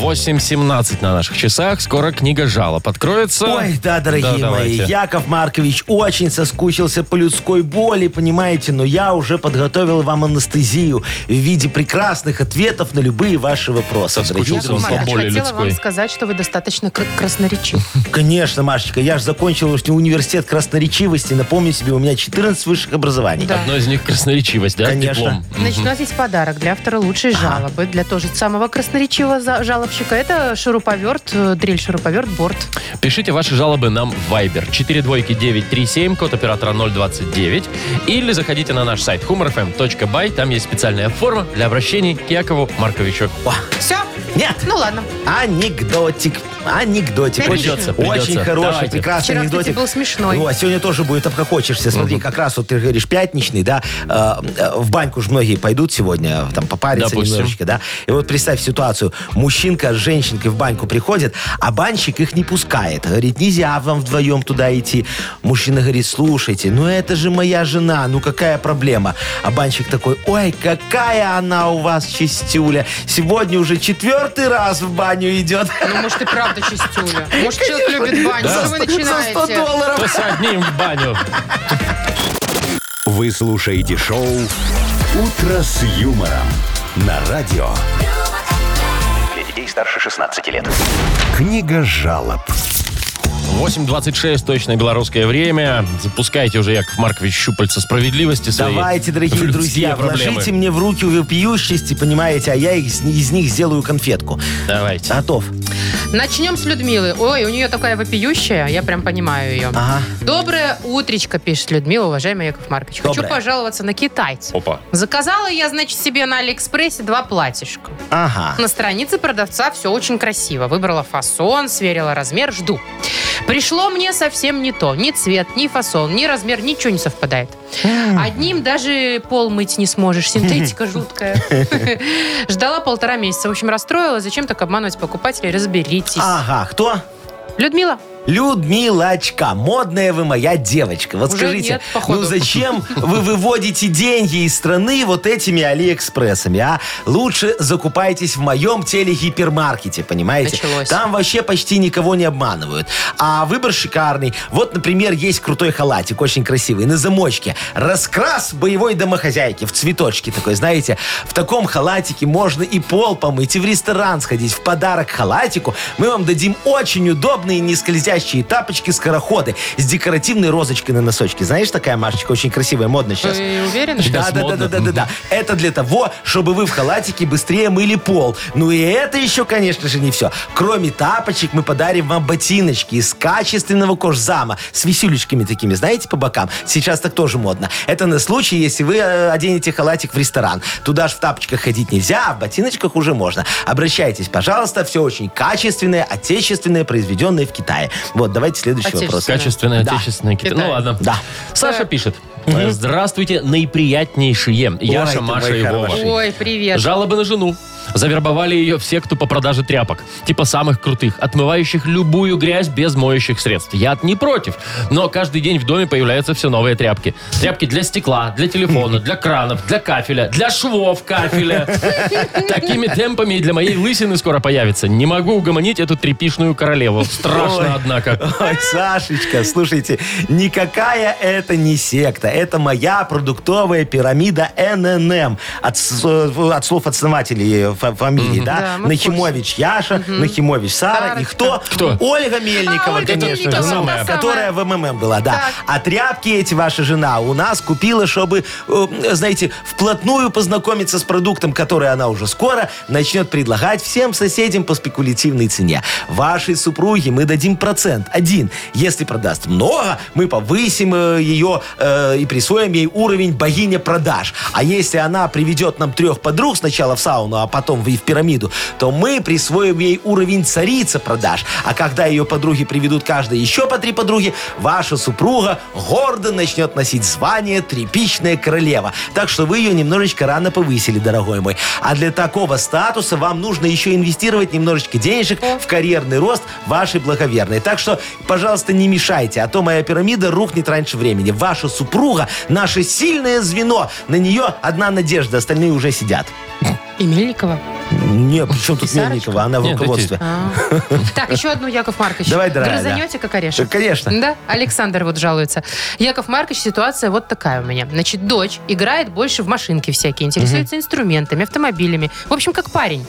[SPEAKER 3] 8.17 на наших часах. Скоро книга жалоб откроется.
[SPEAKER 4] Ой, да, дорогие
[SPEAKER 3] Да,
[SPEAKER 4] мои,
[SPEAKER 3] давайте.
[SPEAKER 4] Яков Маркович очень соскучился по людской боли, понимаете, но я уже подготовил вам анестезию в виде прекрасных ответов на любые ваши вопросы. дорогие
[SPEAKER 3] Соскучился он
[SPEAKER 4] друзья.
[SPEAKER 3] по
[SPEAKER 2] Маркович,
[SPEAKER 3] боли
[SPEAKER 2] хотела вам
[SPEAKER 3] людской.
[SPEAKER 2] сказать, что вы достаточно кр- красноречивы.
[SPEAKER 4] Конечно, Машечка, я же закончил уж университет красноречивости, напомню себе, у меня 14 высших образований.
[SPEAKER 2] Да.
[SPEAKER 3] Одно из них красноречивость, да?
[SPEAKER 4] Конечно.
[SPEAKER 3] Диплом.
[SPEAKER 2] Значит, у нас есть подарок для автора лучшей жалобы, для тоже самого красноречивого за- э, жалобщика, это шуруповерт, э, дрель шуруповерт, борт.
[SPEAKER 3] Пишите ваши жалобы нам в Viber 42937, код оператора 029. Или заходите на наш сайт humorfm.by. Там есть специальная форма для обращений к Якову Марковичу.
[SPEAKER 2] Все?
[SPEAKER 4] Нет.
[SPEAKER 2] Ну ладно.
[SPEAKER 4] Анекдотик. Анекдотик.
[SPEAKER 3] Придется,
[SPEAKER 4] Очень-
[SPEAKER 3] придется.
[SPEAKER 4] Очень хороший,
[SPEAKER 3] Давайте.
[SPEAKER 4] прекрасный
[SPEAKER 2] Вчера, кстати,
[SPEAKER 4] анекдотик.
[SPEAKER 2] был смешной.
[SPEAKER 4] Ну, а сегодня тоже будет обхохочешься. Смотри, как раз вот ты говоришь, пятничный, да, э, э, в баньку же многие пойдут сегодня, э, там, попариться
[SPEAKER 3] Допустим.
[SPEAKER 4] немножечко, да. И вот представь ситуацию. Мужчинка с женщинкой в баньку приходит, а банщик их не пускает. Говорит, нельзя вам вдвоем туда идти. Мужчина говорит, слушайте, ну это же моя жена, ну какая проблема? А банщик такой, ой, какая она у вас чистюля. Сегодня уже четвертый раз в баню идет.
[SPEAKER 2] Ну, может, и правда чистюля. Может, человек любит баню. Что вы
[SPEAKER 4] За 100
[SPEAKER 2] начинаете?
[SPEAKER 4] долларов.
[SPEAKER 3] То с одним в баню.
[SPEAKER 1] Вы слушаете шоу «Утро с юмором» на радио.
[SPEAKER 5] Для детей старше 16 лет.
[SPEAKER 1] Книга жалоб.
[SPEAKER 3] 8.26, точно белорусское время. Запускайте уже, Яков Маркович, щупальца справедливости свои.
[SPEAKER 4] Давайте, дорогие
[SPEAKER 3] Людские
[SPEAKER 4] друзья,
[SPEAKER 3] проблемы.
[SPEAKER 4] вложите мне в руки вопиющести, понимаете, а я их- из них сделаю конфетку.
[SPEAKER 3] Давайте.
[SPEAKER 4] Готов.
[SPEAKER 2] Начнем с Людмилы. Ой, у нее такая вопиющая, я прям понимаю ее.
[SPEAKER 4] Ага.
[SPEAKER 2] Доброе утречко, пишет Людмила, уважаемый Яков Маркович. Хочу
[SPEAKER 4] Доброе.
[SPEAKER 2] пожаловаться на китайцев.
[SPEAKER 3] Опа.
[SPEAKER 2] Заказала я, значит, себе на Алиэкспрессе два платьишка.
[SPEAKER 4] Ага.
[SPEAKER 2] На странице продавца все очень красиво. Выбрала фасон, сверила размер, жду. Пришло мне совсем не то. Ни цвет, ни фасон, ни размер, ничего не совпадает. Одним даже пол мыть не сможешь. Синтетика жуткая. Ждала полтора месяца. В общем, расстроилась. Зачем так обманывать покупателей? Разберитесь.
[SPEAKER 4] Ага, кто?
[SPEAKER 2] Людмила,
[SPEAKER 4] Людмилочка, модная вы моя девочка. Вот
[SPEAKER 2] Уже
[SPEAKER 4] скажите,
[SPEAKER 2] нет, походу.
[SPEAKER 4] ну зачем вы выводите деньги из страны вот этими Алиэкспрессами, а? Лучше закупайтесь в моем телегипермаркете, понимаете?
[SPEAKER 2] Началось.
[SPEAKER 4] Там вообще почти никого не обманывают. А выбор шикарный. Вот, например, есть крутой халатик, очень красивый, на замочке. Раскрас боевой домохозяйки в цветочке такой, знаете. В таком халатике можно и пол помыть, и в ресторан сходить. В подарок халатику мы вам дадим очень удобные нескользящие тапочки-скороходы с декоративной розочкой на носочке. Знаешь, такая, Машечка, очень красивая, модная сейчас.
[SPEAKER 2] вы уверены?
[SPEAKER 3] Щас
[SPEAKER 4] Да, да, да,
[SPEAKER 3] модно.
[SPEAKER 4] да, да, да, да. Это для того, чтобы вы в халатике быстрее мыли пол. Ну и это еще, конечно же, не все. Кроме тапочек, мы подарим вам ботиночки из качественного кожзама с висюлечками такими, знаете, по бокам. Сейчас так тоже модно. Это на случай, если вы э, оденете халатик в ресторан. Туда ж в тапочках ходить нельзя, а в ботиночках уже можно. Обращайтесь, пожалуйста, все очень качественное, отечественное, произведенное в Китае. Вот, давайте следующий вопрос.
[SPEAKER 2] Отечественное.
[SPEAKER 3] Качественное,
[SPEAKER 4] Да.
[SPEAKER 3] отечественное кита-
[SPEAKER 2] Китай.
[SPEAKER 3] Ну ладно.
[SPEAKER 4] Да.
[SPEAKER 3] Саша пишет. Здравствуйте, наиприятнейшие.
[SPEAKER 4] ты
[SPEAKER 3] Яша,
[SPEAKER 4] мой
[SPEAKER 3] Маша и Вова.
[SPEAKER 4] хороший.
[SPEAKER 2] Ой, привет.
[SPEAKER 3] Жалобы на жену. Завербовали ее все, кто по продаже тряпок. Типа самых крутых, отмывающих любую грязь без моющих средств. Я не против. Но каждый день в доме появляются все новые тряпки. Тряпки для стекла, для телефона, для кранов, для кафеля, для швов кафеля. Такими темпами и для моей лысины скоро появится. Не могу угомонить эту тряпишную королеву.
[SPEAKER 4] Ой.
[SPEAKER 3] Страшно, однако.
[SPEAKER 4] Ой, Сашечка, слушайте, никакая это не секта. Это моя продуктовая пирамида ННМ. От, с- э, от слов основателей э, фа- фамилии, да?
[SPEAKER 2] Да, мы в
[SPEAKER 4] Нахимович Яша, Нахимович Сара. И
[SPEAKER 2] Сарочка.
[SPEAKER 4] кто?
[SPEAKER 3] Кто?
[SPEAKER 4] Ольга
[SPEAKER 2] А,
[SPEAKER 4] Мельникова,
[SPEAKER 2] Ольга
[SPEAKER 4] конечно же.
[SPEAKER 2] Мельникова,
[SPEAKER 3] та
[SPEAKER 4] ну,
[SPEAKER 3] самая.
[SPEAKER 4] Которая в МММ была, да.
[SPEAKER 2] Так.
[SPEAKER 4] А тряпки эти ваша жена у нас купила, чтобы, э, знаете, вплотную познакомиться с продуктом, который она уже скоро начнет предлагать всем соседям по спекулятивной цене. Вашей супруге мы дадим процент один. Если продаст много, мы повысим э, ее э, и присвоим ей уровень богиня продаж. А если она приведет нам трех подруг сначала в сауну, а потом и в пирамиду, то мы присвоим ей уровень царица продаж. А когда ее подруги приведут каждая еще по три подруги, ваша супруга гордо начнет носить звание тряпичная королева. Так что вы ее немножечко рано повысили, дорогой мой. А для такого статуса вам нужно еще инвестировать немножечко денежек в карьерный рост вашей благоверной. Так что, пожалуйста, не мешайте, а то моя пирамида рухнет раньше времени. Ваша супруга – наше сильное звено. На нее одна надежда, остальные уже сидят.
[SPEAKER 2] И Мельникова.
[SPEAKER 4] Не, причем тут
[SPEAKER 2] Сарочка?
[SPEAKER 4] Мельникова, она в
[SPEAKER 3] Нет,
[SPEAKER 4] руководстве.
[SPEAKER 2] А. Так, еще одну, Яков Маркович.
[SPEAKER 4] Давай, дорогая,
[SPEAKER 2] Грызанете, как орешек?
[SPEAKER 4] Э, Конечно.
[SPEAKER 2] Да, Александр вот жалуется. Яков Маркович, ситуация вот такая у меня. Значит, дочь играет больше в машинки всякие, интересуется инструментами, автомобилями. В общем, как парень.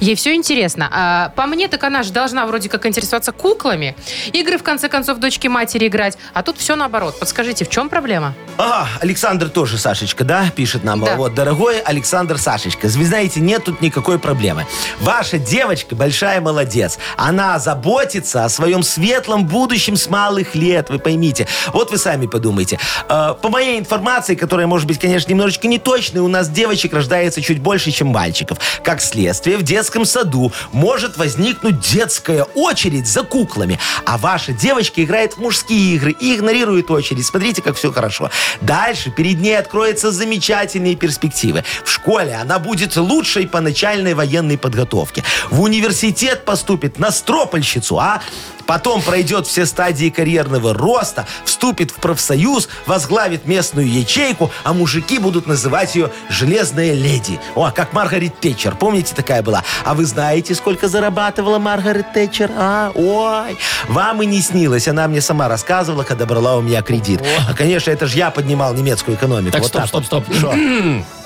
[SPEAKER 2] Ей все интересно. А по мне, так она же должна вроде как интересоваться куклами, игры, в конце концов, дочки матери играть. А тут все наоборот. Подскажите, в чем проблема?
[SPEAKER 4] Ага, Александр тоже, Сашечка, да, пишет нам.
[SPEAKER 2] Да.
[SPEAKER 4] Вот, дорогой Александр Сашечка, вы знаете, нет тут никакой проблемы. Ваша девочка большая молодец. Она заботится о своем светлом будущем с малых лет, вы поймите. Вот вы сами подумайте. Э, По моей информации, которая может быть, конечно, немножечко неточной, у нас девочек рождается чуть больше, чем мальчиков. Как следствие, в детском саду может возникнуть детская очередь за куклами. А ваша девочка играет в мужские игры и игнорирует очередь. Смотрите, как все хорошо. Дальше перед ней откроются замечательные перспективы. В школе она будет лучшей по начальной военной подготовке. В университет поступит на стропольщицу, а потом пройдет все стадии карьерного роста, вступит в профсоюз, возглавит местную ячейку, а мужики будут называть ее «железная леди». О, как Маргарет Тэтчер, помните, такая была? А вы знаете, сколько зарабатывала Маргарет Тэтчер? А, ой, вам и не снилось. Она мне сама рассказывала, когда брала у меня кредит. А, конечно, это же я поднимал немецкую экономику.
[SPEAKER 3] Так,
[SPEAKER 4] Вот
[SPEAKER 3] стоп,
[SPEAKER 4] так
[SPEAKER 3] стоп,
[SPEAKER 4] вот.
[SPEAKER 3] стоп.
[SPEAKER 4] Шо?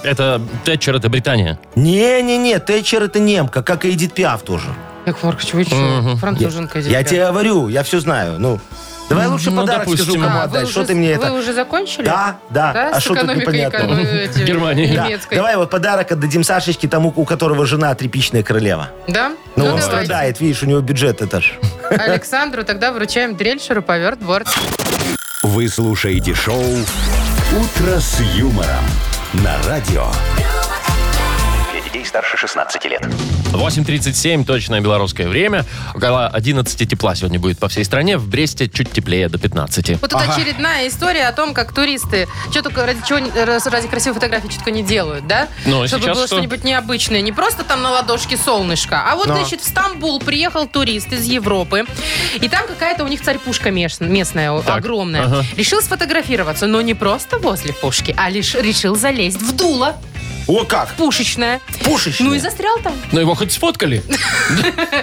[SPEAKER 3] Это Тэтчер, это Британия.
[SPEAKER 4] Не-не-не, Тэтчер это немка, как и Эдит Пиаф тоже.
[SPEAKER 2] Так, Маркович, вы что? Француженка здесь.
[SPEAKER 4] Я тебе говорю, я все знаю. Ну, давай лучше
[SPEAKER 3] Ну,
[SPEAKER 4] подарок
[SPEAKER 3] допустим.
[SPEAKER 4] скажу, кому отдать. Что ты мне это...
[SPEAKER 2] А, Вы уже закончили?
[SPEAKER 4] Да, да.
[SPEAKER 2] Да,
[SPEAKER 4] а
[SPEAKER 2] с
[SPEAKER 4] что тут
[SPEAKER 2] экономикой
[SPEAKER 4] непонятного?
[SPEAKER 2] эконом- этим,
[SPEAKER 3] Германии.
[SPEAKER 4] Да.
[SPEAKER 2] немецкой.
[SPEAKER 4] Давай вот подарок отдадим Сашечке тому, у которого жена тряпичная королева.
[SPEAKER 2] Да?
[SPEAKER 4] Ну, он
[SPEAKER 2] давайте.
[SPEAKER 4] страдает, видишь, у него бюджет это ж.
[SPEAKER 2] Александру тогда вручаем дрель, шуруповерт, борт.
[SPEAKER 1] Вы слушаете шоу «Утро с юмором» на радио.
[SPEAKER 5] Для детей старше 16 лет.
[SPEAKER 3] 8.37, точное белорусское время. Около 11 тепла сегодня будет по всей стране. В Бресте чуть теплее, до 15.
[SPEAKER 2] Вот это очередная история о том, как туристы, что только ради, чего, раз- ради красивой фотографии что только не делают, да?
[SPEAKER 3] Ну, а
[SPEAKER 2] Чтобы
[SPEAKER 3] сейчас
[SPEAKER 2] было
[SPEAKER 3] что? Ну.
[SPEAKER 2] что-нибудь необычное. Не просто там на ладошке солнышко, а вот,
[SPEAKER 4] Но.
[SPEAKER 2] значит, в Стамбул приехал турист из Европы, и там какая-то у них царь-пушка меш- местная, о-
[SPEAKER 3] Так,
[SPEAKER 2] огромная.
[SPEAKER 3] ага.
[SPEAKER 2] Решил сфотографироваться, но не просто возле пушки, а лишь решил залезть в дуло
[SPEAKER 4] О, как!
[SPEAKER 2] пушечное.
[SPEAKER 4] Пушечный.
[SPEAKER 2] Ну и застрял там.
[SPEAKER 3] Ну его хоть сфоткали.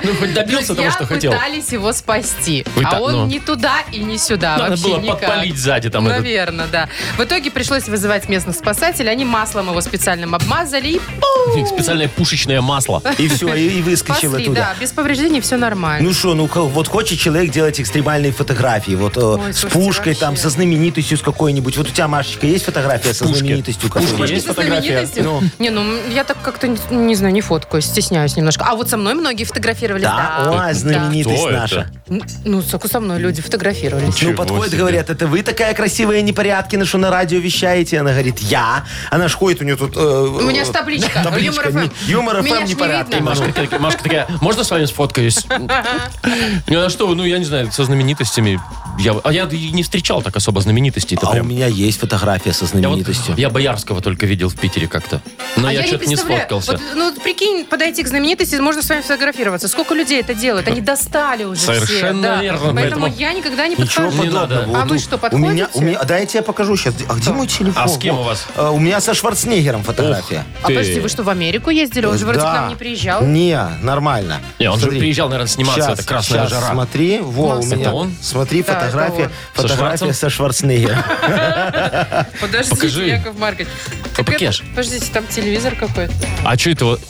[SPEAKER 3] Ну хоть добился того,
[SPEAKER 2] Друзья
[SPEAKER 3] что хотел.
[SPEAKER 2] пытались его спасти.
[SPEAKER 3] Вы
[SPEAKER 2] а
[SPEAKER 3] так,
[SPEAKER 2] он
[SPEAKER 3] ну.
[SPEAKER 2] не туда и не сюда.
[SPEAKER 3] Надо
[SPEAKER 2] вообще
[SPEAKER 3] было
[SPEAKER 2] никак.
[SPEAKER 3] подпалить сзади там этот.
[SPEAKER 2] Наверное, да. В итоге пришлось вызывать местных спасателей. Они маслом его специальным обмазали и пум!
[SPEAKER 3] Специальное пушечное масло.
[SPEAKER 4] И все, и, и выскочил
[SPEAKER 2] спасли.
[SPEAKER 4] оттуда.
[SPEAKER 2] Да, без повреждений все нормально.
[SPEAKER 4] Ну что, ну ко- вот хочет человек делать экстремальные фотографии, вот э,
[SPEAKER 2] Ой,
[SPEAKER 4] с
[SPEAKER 2] слушайте,
[SPEAKER 4] пушкой там,
[SPEAKER 2] вообще.
[SPEAKER 4] со знаменитостью с какой-нибудь. Вот у тебя, Машечка, есть фотография со
[SPEAKER 3] пушке.
[SPEAKER 4] знаменитостью?
[SPEAKER 3] В пушке
[SPEAKER 4] какой-нибудь?
[SPEAKER 3] есть
[SPEAKER 2] Со знаменитостью?
[SPEAKER 4] Ну.
[SPEAKER 2] Не, ну я так как-то не, не знаю, не фоткаюсь, стесняюсь немножко. А вот со мной многие фотографировались.
[SPEAKER 4] Да, ой, знаменитость
[SPEAKER 3] Кто это?
[SPEAKER 4] наша.
[SPEAKER 2] Н- Ну, только со мной люди фотографировались.
[SPEAKER 3] Чего
[SPEAKER 4] Ну, подходят,
[SPEAKER 3] себе.
[SPEAKER 4] говорят, это вы такая красивая непорядкина, что на радио вещаете. Она говорит, я. Она ж ходит, у нее тут... э,
[SPEAKER 2] У меня ж
[SPEAKER 4] э,
[SPEAKER 2] табличка. Юмор
[SPEAKER 4] не-
[SPEAKER 2] FM.
[SPEAKER 4] Юмор эм
[SPEAKER 2] Меня ж
[SPEAKER 4] ФМ
[SPEAKER 2] не
[SPEAKER 4] непорядки.
[SPEAKER 2] видно.
[SPEAKER 3] Машка такая, Машка такая, можно с вами сфоткаюсь? Ну а что, ну я не знаю, со знаменитостями. Я, а я и не встречал так особо знаменитостей-то
[SPEAKER 4] А у
[SPEAKER 3] прям.
[SPEAKER 4] меня есть фотография со
[SPEAKER 3] Я, вот-
[SPEAKER 4] знаменитостью.
[SPEAKER 3] я Боярского только видел в Питере как-то. Но
[SPEAKER 4] Ну,
[SPEAKER 2] а
[SPEAKER 3] я,
[SPEAKER 2] я
[SPEAKER 3] что-то не,
[SPEAKER 2] представляю.
[SPEAKER 3] сфоткался.
[SPEAKER 2] Вот, ну, вот прикинь, подойти к знаменитости, можно с вами фотографироваться. Сколько людей это делают? Они достали уже
[SPEAKER 3] Совершенно
[SPEAKER 2] все. да.
[SPEAKER 3] верно,
[SPEAKER 2] Поэтому,
[SPEAKER 3] поэтому-
[SPEAKER 2] я никогда не
[SPEAKER 4] Ничего
[SPEAKER 2] подхожу.
[SPEAKER 3] Не надо.
[SPEAKER 4] подобного. Вот
[SPEAKER 2] А вы
[SPEAKER 4] у-
[SPEAKER 2] что,
[SPEAKER 4] У меня, у
[SPEAKER 2] подходите?
[SPEAKER 4] меня, да, я тебе покажу сейчас. А где мой телефон?
[SPEAKER 3] А с кем
[SPEAKER 4] Во.
[SPEAKER 3] у вас?
[SPEAKER 4] А, у меня со Шварценеггером фотография.
[SPEAKER 2] А
[SPEAKER 3] Ты.
[SPEAKER 2] подожди, вы что, в Америку ездили? Он же вроде к
[SPEAKER 4] Да.
[SPEAKER 2] нам не приезжал.
[SPEAKER 4] Не, нормально.
[SPEAKER 3] Не, он же
[SPEAKER 4] Смотри.
[SPEAKER 3] приезжал, наверное, сниматься,
[SPEAKER 4] Щас,
[SPEAKER 3] это «Красная
[SPEAKER 4] щас,
[SPEAKER 3] жара».
[SPEAKER 4] Смотри, во, у
[SPEAKER 2] Класс. Это
[SPEAKER 4] меня.
[SPEAKER 3] он?
[SPEAKER 4] Смотри,
[SPEAKER 2] Ну, а Да, это
[SPEAKER 4] фотография,
[SPEAKER 3] Со
[SPEAKER 4] фотография
[SPEAKER 3] Шварцем?
[SPEAKER 4] со Шварценеггером.
[SPEAKER 2] Подождите,
[SPEAKER 3] Покажи.
[SPEAKER 2] Яков Маркович. Так это-
[SPEAKER 3] Покеш.
[SPEAKER 2] Подождите, там телевизор какой-то.
[SPEAKER 3] А что это вот?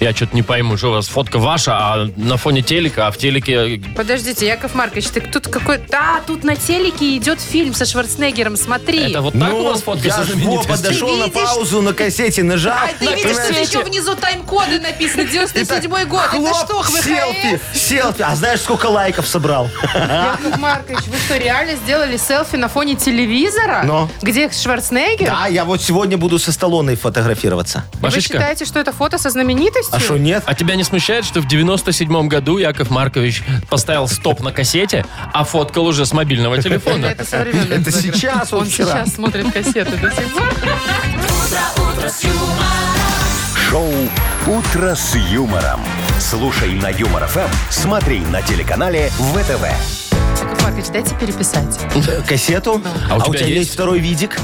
[SPEAKER 3] Я что-то не пойму, что у вас фотка ваша, а на фоне телека, а в телеке...
[SPEAKER 2] Подождите, Яков Маркович, так тут какой... Да, тут на телеке идет фильм со Шварценеггером, смотри.
[SPEAKER 3] Это вот так у вас фотки
[SPEAKER 4] Ну, я
[SPEAKER 3] со
[SPEAKER 4] ж во,
[SPEAKER 3] знаменитостями?
[SPEAKER 4] подошел
[SPEAKER 2] Ты
[SPEAKER 4] на
[SPEAKER 2] видишь?
[SPEAKER 4] паузу, на кассете нажал.
[SPEAKER 2] А ты видишь, что
[SPEAKER 4] понимаешь?
[SPEAKER 2] еще внизу тайм-коды написано, 97-й год. Это
[SPEAKER 4] Хлоп,
[SPEAKER 2] что, э?
[SPEAKER 4] селфи, А?
[SPEAKER 2] ХВХС?
[SPEAKER 4] селфи. А знаешь, сколько лайков собрал?
[SPEAKER 2] Яков Маркович, вы что, реально сделали селфи на фоне телевизора?
[SPEAKER 4] Но.
[SPEAKER 2] Где Шварценеггер?
[SPEAKER 4] Да, я вот сегодня буду со Сталлоной фотографироваться.
[SPEAKER 2] Вы
[SPEAKER 3] Машечка,
[SPEAKER 2] считаете, что это фото со знаменитостью?
[SPEAKER 4] А что, нет?
[SPEAKER 3] а тебя не смущает, что в 97-м году Яков Маркович поставил стоп на кассете, а фоткал уже с мобильного телефона?
[SPEAKER 2] Это современная
[SPEAKER 4] Это
[SPEAKER 2] фотография.
[SPEAKER 4] сейчас, он
[SPEAKER 2] Он
[SPEAKER 4] вчера.
[SPEAKER 2] сейчас смотрит кассеты до сих пор.
[SPEAKER 1] Шоу «Утро с юмором». Слушай на Юмор ФМ, смотри на телеканале ВТВ.
[SPEAKER 2] Яков Маркович, дайте переписать.
[SPEAKER 4] Э, Кассету?
[SPEAKER 3] А у тебя есть?
[SPEAKER 4] второй видик?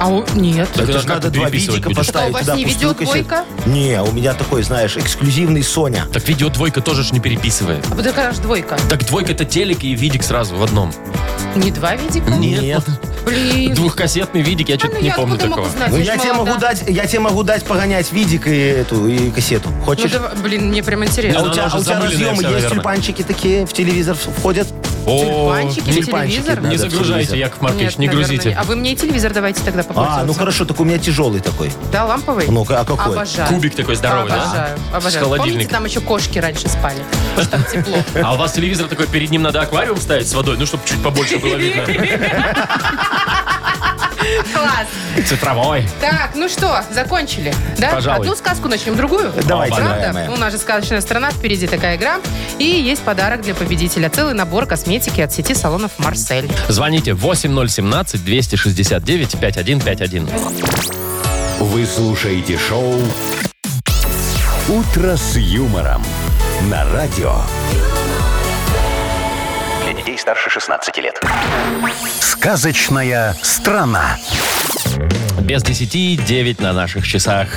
[SPEAKER 2] А у- нет.
[SPEAKER 3] Так
[SPEAKER 4] Это
[SPEAKER 3] а
[SPEAKER 4] ж
[SPEAKER 3] как
[SPEAKER 4] надо
[SPEAKER 3] ты
[SPEAKER 4] два
[SPEAKER 3] переписывать
[SPEAKER 4] видика
[SPEAKER 3] будешь?
[SPEAKER 2] Что,
[SPEAKER 4] поставить.
[SPEAKER 2] у вас
[SPEAKER 4] туда
[SPEAKER 2] не
[SPEAKER 4] пустую
[SPEAKER 2] видеодвойка?
[SPEAKER 4] кассету. Не, у меня такой, знаешь, эксклюзивный Соня.
[SPEAKER 3] Так видео двойка тоже ж не переписывает.
[SPEAKER 2] А вот гараж двойка.
[SPEAKER 3] Так двойка это телек и видик сразу в одном.
[SPEAKER 2] Не два видика?
[SPEAKER 4] Нет.
[SPEAKER 2] Блин.
[SPEAKER 3] Двухкассетный видик, я
[SPEAKER 2] А ну
[SPEAKER 3] что-то не
[SPEAKER 2] я
[SPEAKER 3] помню
[SPEAKER 2] откуда
[SPEAKER 3] такого.
[SPEAKER 2] могу знать?
[SPEAKER 4] Ну
[SPEAKER 2] ж
[SPEAKER 4] я тебе
[SPEAKER 2] молода.
[SPEAKER 4] могу дать, я тебе могу дать погонять видик и эту и кассету.
[SPEAKER 2] Ну,
[SPEAKER 4] Хочешь?
[SPEAKER 2] давай- блин, мне прям
[SPEAKER 3] Да,
[SPEAKER 4] А
[SPEAKER 2] интересно.
[SPEAKER 3] ну,
[SPEAKER 4] у тебя,
[SPEAKER 3] она уже
[SPEAKER 4] а у тебя
[SPEAKER 3] замыленная
[SPEAKER 4] разъемы
[SPEAKER 3] вся,
[SPEAKER 4] есть
[SPEAKER 3] наверное.
[SPEAKER 4] тюльпанчики такие в телевизор в- входят?
[SPEAKER 3] О,
[SPEAKER 2] Тюльпанчики,
[SPEAKER 3] не-
[SPEAKER 2] в
[SPEAKER 4] тюльпанчики,
[SPEAKER 2] телевизор?
[SPEAKER 4] да.
[SPEAKER 3] Не
[SPEAKER 4] Надо в
[SPEAKER 3] загружайте,
[SPEAKER 4] телевизор.
[SPEAKER 3] Яков Маркович,
[SPEAKER 2] Нет,
[SPEAKER 3] не
[SPEAKER 2] наверное,
[SPEAKER 3] грузите.
[SPEAKER 2] не. А вы мне и телевизор давайте тогда попользуемся.
[SPEAKER 4] А, ну хорошо, так у меня тяжелый такой.
[SPEAKER 2] Да, ламповый?
[SPEAKER 4] Ну-ка, а какой?
[SPEAKER 2] Обожаю.
[SPEAKER 3] Кубик такой здоровый, да?
[SPEAKER 2] Обожаю,
[SPEAKER 3] С
[SPEAKER 2] обожаю. Помните,
[SPEAKER 3] холодильника.
[SPEAKER 2] там еще кошки раньше спали? Потому что там тепло.
[SPEAKER 3] А у вас телевизор такой, перед ним надо аквариум ставить с водой, ну, чтобы чуть побольше было видно.
[SPEAKER 2] Класс.
[SPEAKER 3] Цифровой.
[SPEAKER 2] Так, ну что, закончили, да?
[SPEAKER 3] Пожалуй.
[SPEAKER 2] Одну сказку начнем, другую?
[SPEAKER 4] Давайте,
[SPEAKER 2] Правда?
[SPEAKER 4] дорогая моя.
[SPEAKER 2] У нас же сказочная страна, впереди такая игра. И есть подарок для победителя. Целый набор косметики от сети салонов «Марсель».
[SPEAKER 3] Звоните 8017-269-5151.
[SPEAKER 1] Вы слушаете шоу «Утро с юмором» на радио.
[SPEAKER 5] Для детей старше 16 лет.
[SPEAKER 1] Сказочная страна.
[SPEAKER 3] Без 10 9 на наших часах.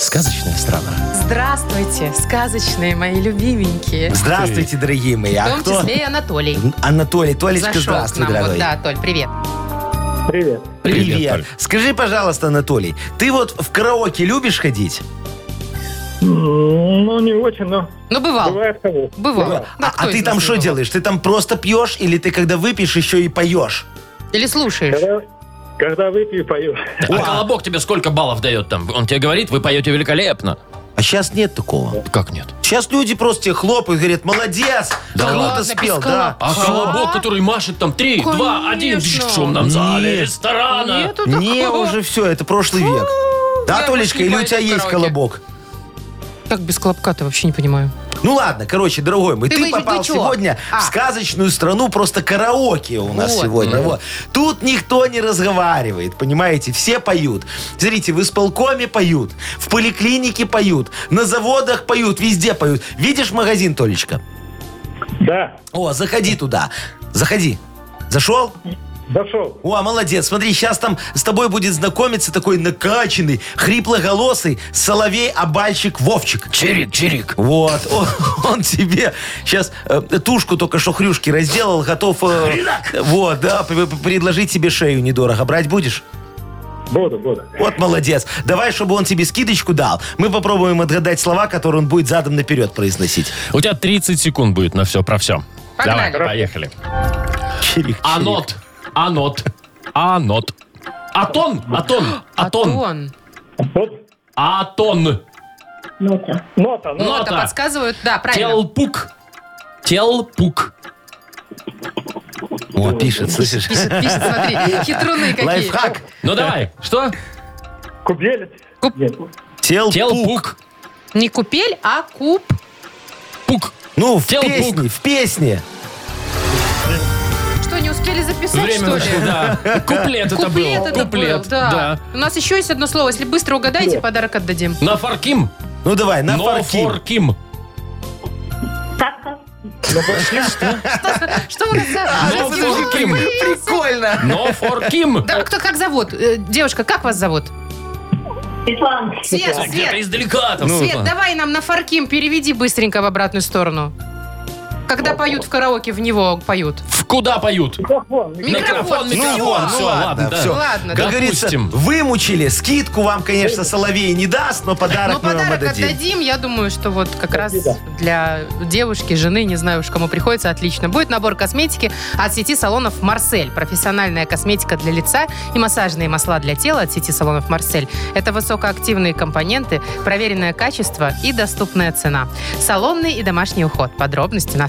[SPEAKER 3] Сказочная страна.
[SPEAKER 2] Здравствуйте, сказочные мои любименькие.
[SPEAKER 4] Здравствуйте, дорогие мои.
[SPEAKER 2] В
[SPEAKER 4] А
[SPEAKER 2] том
[SPEAKER 4] кто?
[SPEAKER 2] числе и Анатолий.
[SPEAKER 4] Анатолий, Толечка,
[SPEAKER 2] Зашел к
[SPEAKER 4] здравствуй,
[SPEAKER 2] нам. Вот,
[SPEAKER 4] дорогой.
[SPEAKER 2] да, Толь, привет.
[SPEAKER 7] Привет.
[SPEAKER 3] Привет,
[SPEAKER 4] Привет.
[SPEAKER 3] Толь.
[SPEAKER 4] Скажи, пожалуйста, Анатолий, ты вот в караоке любишь ходить?
[SPEAKER 7] Ну, не очень, но
[SPEAKER 2] Ну, бывал.
[SPEAKER 7] бывает кого.
[SPEAKER 2] Бывал. Да,
[SPEAKER 4] а
[SPEAKER 2] кто
[SPEAKER 4] а
[SPEAKER 2] из
[SPEAKER 4] ты
[SPEAKER 2] нас
[SPEAKER 4] там
[SPEAKER 2] не
[SPEAKER 4] что
[SPEAKER 2] бывал?
[SPEAKER 4] делаешь? Ты там просто пьешь или ты когда выпьешь еще и поешь?
[SPEAKER 2] Или слушаешь?
[SPEAKER 7] Когда, когда выпью, пою.
[SPEAKER 3] А колобок тебе сколько баллов дает там? Он тебе говорит, вы поете великолепно.
[SPEAKER 4] А сейчас нет такого.
[SPEAKER 3] Как нет?
[SPEAKER 4] Сейчас люди просто тебе хлопают, говорят, молодец,
[SPEAKER 3] Да
[SPEAKER 4] круто
[SPEAKER 2] ладно, без
[SPEAKER 4] спел, да.
[SPEAKER 2] колобка.
[SPEAKER 3] А
[SPEAKER 2] Что?
[SPEAKER 3] колобок, который машет там 3, 2, 1,
[SPEAKER 2] Конечно.
[SPEAKER 3] в шумном зале
[SPEAKER 4] Нет.
[SPEAKER 3] ресторана.
[SPEAKER 2] Нету
[SPEAKER 4] Не,
[SPEAKER 2] такого.
[SPEAKER 4] уже все, это прошлый век. Да,
[SPEAKER 2] я
[SPEAKER 4] Толечка,
[SPEAKER 2] больше не
[SPEAKER 4] или у
[SPEAKER 2] пою
[SPEAKER 4] тебя
[SPEAKER 2] в
[SPEAKER 4] есть
[SPEAKER 2] караоке.
[SPEAKER 4] колобок?
[SPEAKER 2] Как без колобка-то вообще не понимаю.
[SPEAKER 4] Ну ладно, короче, дорогой мой,
[SPEAKER 2] Ты
[SPEAKER 4] ты,
[SPEAKER 2] вы- вы
[SPEAKER 4] попал
[SPEAKER 2] чё?
[SPEAKER 4] сегодня
[SPEAKER 2] А.
[SPEAKER 4] в сказочную страну, просто караоке у нас
[SPEAKER 2] Вот.
[SPEAKER 4] сегодня. Вот. Тут никто не разговаривает, понимаете? Все поют. Смотрите, в исполкоме поют, в поликлинике поют, на заводах поют, везде поют. Видишь магазин, Толечка?
[SPEAKER 7] Да,
[SPEAKER 4] О, заходи туда. Заходи. Зашел?
[SPEAKER 7] зашел.
[SPEAKER 4] О, молодец. Смотри, сейчас там с тобой будет знакомиться такой накачанный, хриплоголосый соловей-обальщик Вовчик.
[SPEAKER 3] Чирик, чирик.
[SPEAKER 4] Вот, он, он тебе сейчас тушку только что хрюшки разделал, готов... э, вот, да, п- п- предложить тебе шею недорого. Брать будешь?
[SPEAKER 7] Буду, буду.
[SPEAKER 4] Вот молодец. Давай, чтобы он тебе скидочку дал. Мы попробуем отгадать слова, которые он будет задом наперед произносить.
[SPEAKER 3] У тебя 30 секунд будет на все про все.
[SPEAKER 2] Погнали.
[SPEAKER 3] Давай, поехали.
[SPEAKER 4] Чирик, чирик.
[SPEAKER 3] Анот, анот, анот. Атон, атон, атон,
[SPEAKER 2] Атон.
[SPEAKER 7] Вот.
[SPEAKER 3] атон.
[SPEAKER 7] Нота, ну,
[SPEAKER 2] Нота
[SPEAKER 3] Нота.
[SPEAKER 2] подсказывают, да, правильно.
[SPEAKER 3] Телпук, телпук.
[SPEAKER 4] О, пишет, слышишь?
[SPEAKER 2] Пишет, пишет, смотри, хитруны какие.
[SPEAKER 4] Лайфхак.
[SPEAKER 3] Ну давай, что?
[SPEAKER 7] кубелец.
[SPEAKER 2] Куб-
[SPEAKER 7] Нет.
[SPEAKER 4] Тел,
[SPEAKER 3] Телпук,
[SPEAKER 2] Не купель, а куб.
[SPEAKER 3] пук.
[SPEAKER 4] Ну, в
[SPEAKER 3] Тел пук.
[SPEAKER 4] песне, в песне.
[SPEAKER 2] Что, не успели записать,
[SPEAKER 3] Время
[SPEAKER 2] что
[SPEAKER 3] вышло,
[SPEAKER 2] ли?
[SPEAKER 3] да. Куплет это
[SPEAKER 2] Куплет
[SPEAKER 3] был.
[SPEAKER 2] это был, да. У нас еще есть одно слово. Если быстро угадаете, подарок отдадим.
[SPEAKER 3] На фарким,
[SPEAKER 4] Ну, давай, на
[SPEAKER 3] но
[SPEAKER 4] форки.
[SPEAKER 3] форким.
[SPEAKER 2] Что у нас
[SPEAKER 3] Но
[SPEAKER 2] за...
[SPEAKER 3] форким,
[SPEAKER 4] Прикольно.
[SPEAKER 3] но форким.
[SPEAKER 2] Да, кто как зовут? Э, Девушка, как вас зовут? Свет,
[SPEAKER 3] Где-то
[SPEAKER 2] Свет,
[SPEAKER 3] издалека
[SPEAKER 4] Ну,
[SPEAKER 3] там.
[SPEAKER 2] Свет, давай нам на Фарким переведи быстренько в обратную сторону. Когда поют в караоке, в него поют.
[SPEAKER 3] В куда поют?
[SPEAKER 2] Микрофон,
[SPEAKER 3] Микрофон, микрофон.
[SPEAKER 4] вон,
[SPEAKER 3] Все, ладно,
[SPEAKER 4] ну ладно,
[SPEAKER 3] да.
[SPEAKER 4] всё.
[SPEAKER 2] Ладно,
[SPEAKER 4] Как
[SPEAKER 2] да.
[SPEAKER 4] говорится,
[SPEAKER 3] Допустим.
[SPEAKER 4] вымучили. Скидку вам, конечно, Соловей не даст, но
[SPEAKER 2] Но
[SPEAKER 4] подарок мы вам
[SPEAKER 2] подарок
[SPEAKER 4] отдадим.
[SPEAKER 2] отдадим, я думаю, что вот как раз для девушки, жены, не знаю уж кому приходится, отлично. Будет набор косметики от сети салонов «Марсель». Профессиональная косметика для лица и массажные масла для тела от сети салонов «Марсель». Это высокоактивные компоненты, проверенное качество и доступная цена. Салонный и домашний уход. Подробности на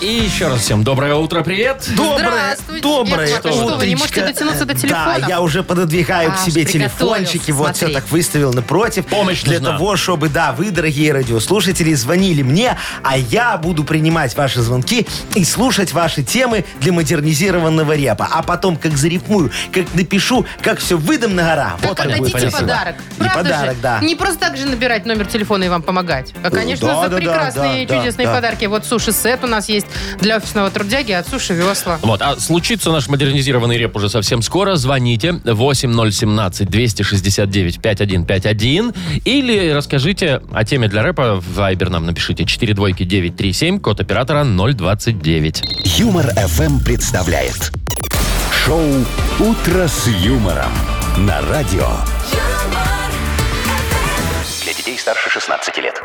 [SPEAKER 3] И еще раз всем доброе утро, привет.
[SPEAKER 4] Доброе,
[SPEAKER 2] Здравствуйте,
[SPEAKER 4] доброе
[SPEAKER 2] Яков Маркович, что вы, не можете
[SPEAKER 4] утречко.
[SPEAKER 2] дотянуться до телефона?
[SPEAKER 4] Да, я уже пододвигаю
[SPEAKER 2] Аж
[SPEAKER 4] к себе
[SPEAKER 2] приготовился,
[SPEAKER 4] телефончики. Вот
[SPEAKER 2] смотри.
[SPEAKER 4] все так выставил напротив.
[SPEAKER 3] Помощь
[SPEAKER 4] Для
[SPEAKER 3] нужна.
[SPEAKER 4] того, чтобы, да, вы, дорогие радиослушатели, звонили мне, а я буду принимать ваши звонки и слушать ваши темы для модернизированного репа. А потом, как зарифмую, как напишу, как все выдам на гора.
[SPEAKER 2] Как
[SPEAKER 4] оно будет
[SPEAKER 2] отдадите
[SPEAKER 4] красиво.
[SPEAKER 2] подарок.
[SPEAKER 4] И
[SPEAKER 2] Правда
[SPEAKER 4] подарок,
[SPEAKER 2] же?
[SPEAKER 4] да.
[SPEAKER 2] Не просто так же набирать номер телефона и вам помогать. А, конечно,
[SPEAKER 4] да,
[SPEAKER 2] за
[SPEAKER 4] да, да,
[SPEAKER 2] прекрасные и
[SPEAKER 4] да, да,
[SPEAKER 2] чудесные
[SPEAKER 4] да.
[SPEAKER 2] подарки. Вот суши-сет у нас есть Для офисного трудяги от суши весла.
[SPEAKER 3] Вот, а случится наш модернизированный реп уже совсем скоро. Звоните 8017-269-5151 или расскажите о теме для рэпа в Viber нам напишите 42937, код оператора 029.
[SPEAKER 1] Юмор FM представляет шоу Утро с юмором на радио.
[SPEAKER 5] Для детей старше 16 лет.